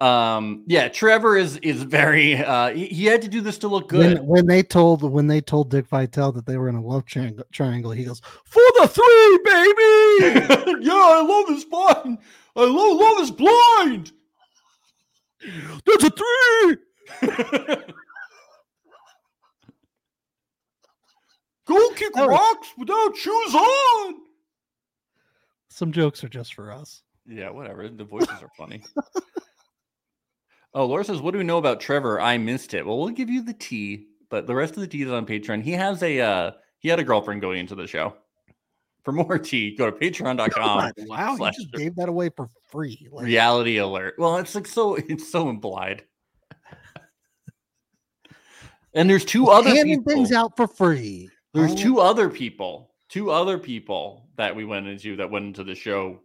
Speaker 1: Um, yeah, Trevor is is very uh he, he had to do this to look good.
Speaker 2: When, when they told when they told Dick Vitale that they were in a love triang- triangle, he goes for the three, baby.
Speaker 1: yeah, I love this blind. I love love is blind.
Speaker 2: That's a three.
Speaker 1: Go kick
Speaker 2: That was-
Speaker 1: rocks without shoes on.
Speaker 2: Some jokes are just for us.
Speaker 1: Yeah, whatever. The voices are funny. oh, Laura says, "What do we know about Trevor? I missed it." Well, we'll give you the tea, but the rest of the tea is on Patreon. He has a uh, he had a girlfriend going into the show. For more tea, go to patreon.com.
Speaker 2: wow, you
Speaker 1: slash
Speaker 2: just gave that away for free. Like,
Speaker 1: reality alert. Well, it's like so it's so implied. and there's two other
Speaker 2: handing
Speaker 1: people.
Speaker 2: things out for free. Oh,
Speaker 1: There's
Speaker 2: Huh?
Speaker 1: two other people, two other people that we went into that went into the show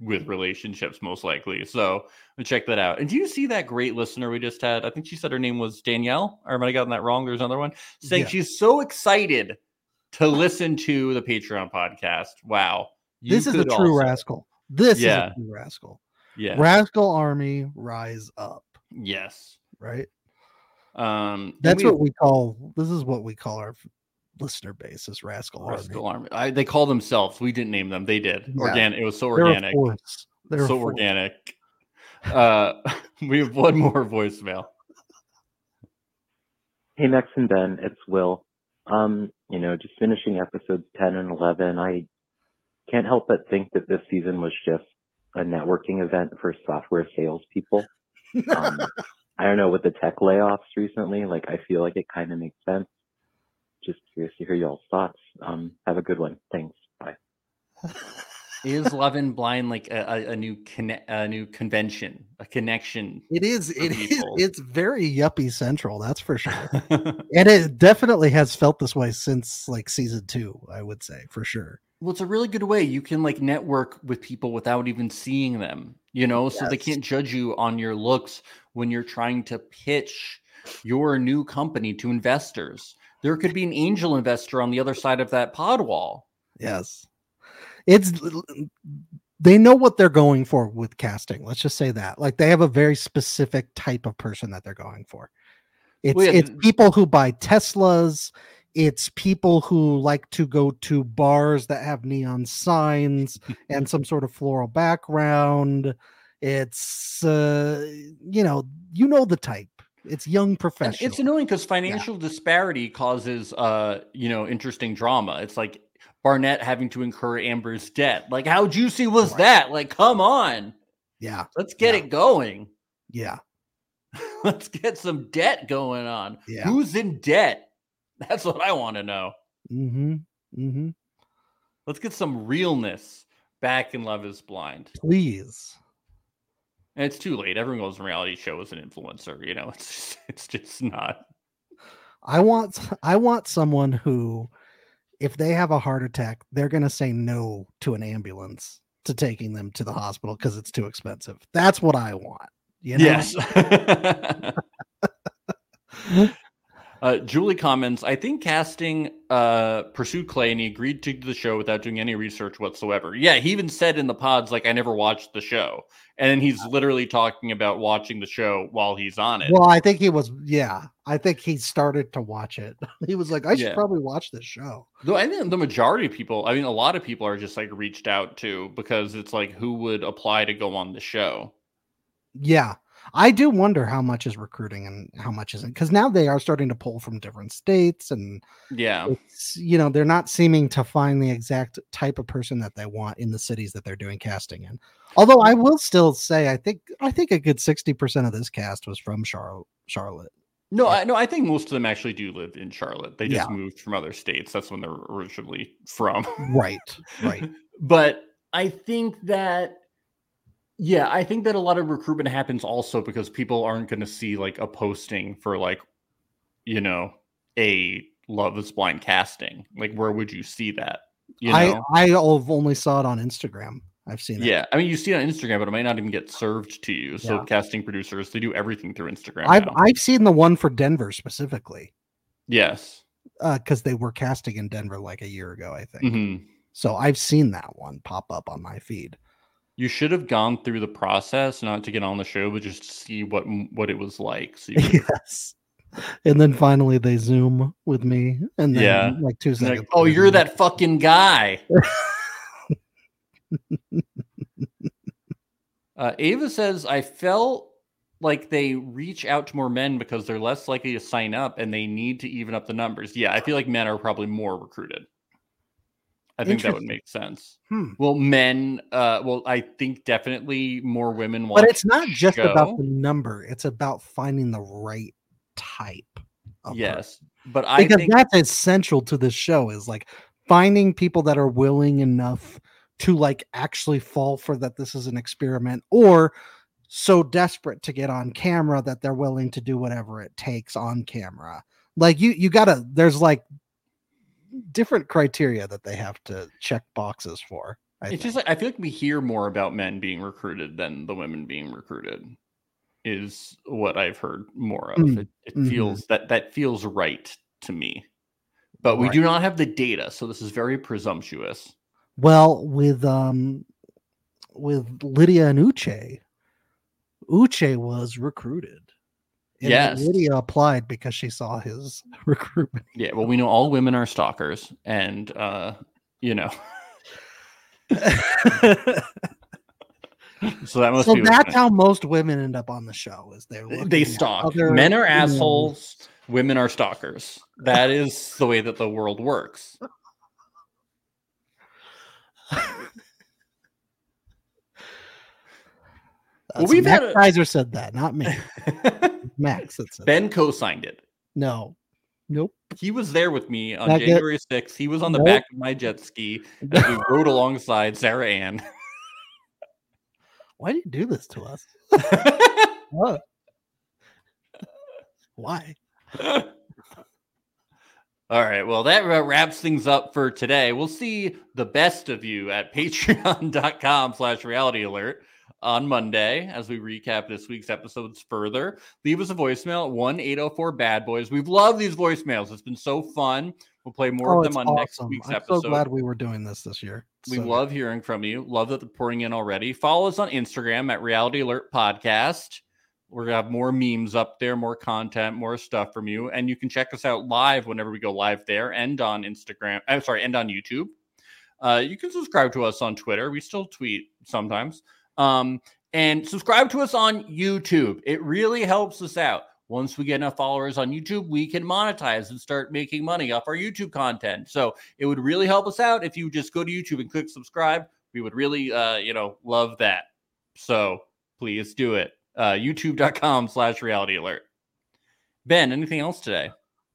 Speaker 1: with relationships, most likely. So check that out. And do you see that great listener we just had? I think she said her name was Danielle, or am I gotten that wrong? There's another one saying
Speaker 2: Yeah.
Speaker 1: she's so excited to listen to the Patreon podcast. Wow. You
Speaker 2: This is a
Speaker 1: could also-
Speaker 2: true rascal. This
Speaker 1: Yeah.
Speaker 2: is a true rascal.
Speaker 1: Yeah.
Speaker 2: Rascal army, rise up.
Speaker 1: yes.
Speaker 2: Right.
Speaker 1: Um, and
Speaker 2: That's
Speaker 1: we-
Speaker 2: what we call. This is what we call our f- listener base is rascal
Speaker 1: Rascal
Speaker 2: army.
Speaker 1: Army. I, they call themselves. We didn't name them. They did.
Speaker 2: Yeah.
Speaker 1: Organic. It was so
Speaker 2: They're a
Speaker 1: organic.
Speaker 2: force. They're a
Speaker 1: so
Speaker 2: force.
Speaker 1: organic. Uh, we have one more voicemail.
Speaker 10: Hey, Max and Ben, it's Will. Um, you know, just finishing episodes 10 and 11, I can't help but think that this season was just a networking event for software salespeople. Um, I don't know, with the tech layoffs recently, like, I feel like it kind of makes sense. Just curious to hear y'all's thoughts. Um, have a good one. Thanks. Bye.
Speaker 1: Is Love and Blind like a, a, a new conne- a new convention, a connection?
Speaker 2: It is. It is.
Speaker 1: people.
Speaker 2: It's very yuppie central. That's for sure. and it definitely has felt this way since like season two. I would say for sure.
Speaker 1: well, it's a really good way you can like network with people without even seeing them, you know, so they
Speaker 2: Yes.
Speaker 1: can't judge you on your looks when you're trying to pitch your new company to investors. There could be an angel investor on the other side of that pod wall.
Speaker 2: Yes. It's l- l- they know what they're going for with casting. Let's just say that. Like they have a very specific type of person that they're going for. It's
Speaker 1: Well, yeah,
Speaker 2: it's
Speaker 1: th-
Speaker 2: people who buy Teslas, it's people who like to go to bars that have neon signs and some sort of floral background. It's uh, you know, you know the type. It's young
Speaker 1: And
Speaker 2: professional.
Speaker 1: It's annoying because financial disparity causes, uh, you know, interesting drama. It's like Barnett having to incur Amber's debt. Like, how juicy was
Speaker 2: Right.
Speaker 1: that? Like, come on,
Speaker 2: yeah,
Speaker 1: let's get
Speaker 2: Yeah.
Speaker 1: it going.
Speaker 2: yeah,
Speaker 1: let's get some debt going on.
Speaker 2: yeah.
Speaker 1: Who's in debt? That's what I want to know.
Speaker 2: Mm-hmm. Mm-hmm.
Speaker 1: Let's get some realness back in Love Is Blind.
Speaker 2: Please.
Speaker 1: And it's too late. Everyone goes on reality show as an influencer. You know, it's just, it's just not.
Speaker 2: I want I want someone who, if they have a heart attack, they're gonna say no to an ambulance to taking them to the hospital because it's too expensive. That's what I want. You know?
Speaker 1: Yes. Uh, Julie comments, I think casting uh, pursued Clay and he agreed to the show without doing any research whatsoever. Yeah, he even said in the pods, like, I never watched the show. And then he's literally talking about watching the show while he's on it.
Speaker 2: Well, I think he was. Yeah, I think he started to watch it. He was like, I should
Speaker 1: Yeah.
Speaker 2: probably watch this show.
Speaker 1: Though I think the majority of people, I mean, a lot of people are just like reached out to because it's like, who would apply to go on the show?
Speaker 2: Yeah. I do wonder how much is recruiting and how much isn't because now they are starting to pull from different states and
Speaker 1: Yeah.
Speaker 2: it's you know they're not seeming to find the exact type of person that they want in the cities that they're doing casting in although i will still say i think i think a good 60% of this cast was from charlotte charlotte
Speaker 1: No, I, no, I think most of them actually do live in Charlotte. They just
Speaker 2: Yeah.
Speaker 1: moved from other states. That's when they're originally from.
Speaker 2: right right
Speaker 1: but I think that yeah, I think that a lot of recruitment happens also because people aren't going to see like a posting for like you know a Love Is Blind casting. Like, where would you see that? You know,
Speaker 2: i i have only saw it on instagram i've seen it
Speaker 1: yeah. I mean, you see it on Instagram, but it might not even get served to you. So
Speaker 2: Yeah.
Speaker 1: casting producers they do everything through Instagram.
Speaker 2: i've
Speaker 1: now.
Speaker 2: i've seen the one for denver specifically
Speaker 1: yes.
Speaker 2: because they were casting in denver like a year ago i think
Speaker 1: hmm
Speaker 2: so i've seen that one pop up on my feed
Speaker 1: You should have gone through the process, not to get on the show, but just to see what what it was like. So you could-
Speaker 2: yes. And then finally they zoom with me, and then
Speaker 1: yeah,
Speaker 2: like two
Speaker 1: And they're
Speaker 2: seconds.
Speaker 1: oh, you're that fucking guy. uh, Ava says, I felt like they reach out to more men because they're less likely to sign up and they need to even up the numbers. Yeah, I feel like men are probably more recruited. I think that would
Speaker 2: Interesting.
Speaker 1: make sense.
Speaker 2: Hmm.
Speaker 1: Well, men, uh, well, I think definitely more women watch.
Speaker 2: But it's not just
Speaker 1: show.
Speaker 2: about the number; it's about finding the right type. of person.
Speaker 1: yes, but I
Speaker 2: because
Speaker 1: think
Speaker 2: that's essential to this show is like finding people that are willing enough to like actually fall for that this is an experiment or so desperate to get on camera that they're willing to do whatever it takes on camera like you you gotta there's like different criteria that they have to check boxes for I
Speaker 1: it's
Speaker 2: think.
Speaker 1: just like, I feel like we hear more about men being recruited than the women being recruited is what I've heard more of.
Speaker 2: Mm,
Speaker 1: It, it
Speaker 2: mhm.
Speaker 1: feels that that feels right to me. But we do not have the data, so this is very presumptuous.
Speaker 2: well with um with lydia and uche uche was recruited And
Speaker 1: Yes.
Speaker 2: lydia applied because she saw his recruitment
Speaker 1: Yeah, well, we know all women are stalkers and uh, you know. so that must
Speaker 2: so
Speaker 1: be what
Speaker 2: that's
Speaker 1: men-
Speaker 2: how most women end up on the show is they're looking
Speaker 1: they
Speaker 2: at
Speaker 1: stalk.
Speaker 2: other
Speaker 1: Men are
Speaker 2: females.
Speaker 1: assholes, women are stalkers. That is the way that the world works. Well,
Speaker 2: That's
Speaker 1: we've
Speaker 2: Max
Speaker 1: had a-
Speaker 2: Kaiser said that not me max that said that.
Speaker 1: ben co-signed it.
Speaker 2: no nope
Speaker 1: He was there with me on
Speaker 2: Not yet.
Speaker 1: January 6th. He was on the
Speaker 2: Nope.
Speaker 1: back of my jet ski that we rode alongside Sarah Ann.
Speaker 2: why do you do this to us What? why
Speaker 1: All right. Well, that ra- wraps things up for today. We'll see the best of you at patreon.com slash reality alert on Monday as we recap this week's episodes further. Leave us a voicemail at 1 804 Bad Boys. We've loved these voicemails. It's been so fun. We'll play more
Speaker 2: oh,
Speaker 1: of
Speaker 2: it's
Speaker 1: them on next
Speaker 2: awesome
Speaker 1: week's
Speaker 2: i'm
Speaker 1: episode.
Speaker 2: so glad we were doing this this year
Speaker 1: We
Speaker 2: So good.
Speaker 1: love hearing from you. Love that they're pouring in already. Follow us on Instagram at Reality Alert Podcast. We're gonna have more memes up there, more content, more stuff from you, and you can check us out live whenever we go live there, and on Instagram. I'm sorry, and on YouTube. Uh, you can subscribe to us on Twitter. We still tweet sometimes. Um, and subscribe to us on YouTube. It really helps us out. Once we get enough followers on YouTube, we can monetize and start making money off our YouTube content. So it would really help us out if you just go to YouTube and click subscribe. We would really, uh, you know, love that. So please do it. Uh, YouTube.com slash reality alert. Ben, anything else today?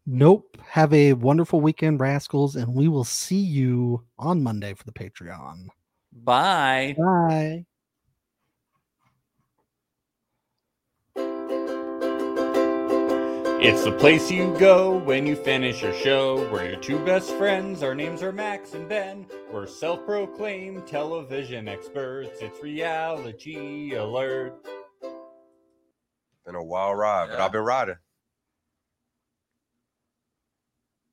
Speaker 2: Nope. Have a wonderful weekend, Rascals, and we will see you on Monday for the Patreon.
Speaker 1: Bye.
Speaker 2: Bye.
Speaker 1: It's the place you go when you finish your show. We're your two best friends. Our names are Max and Ben. We're self proclaimed television experts. It's reality alert.
Speaker 6: Been a wild ride, but I've been riding.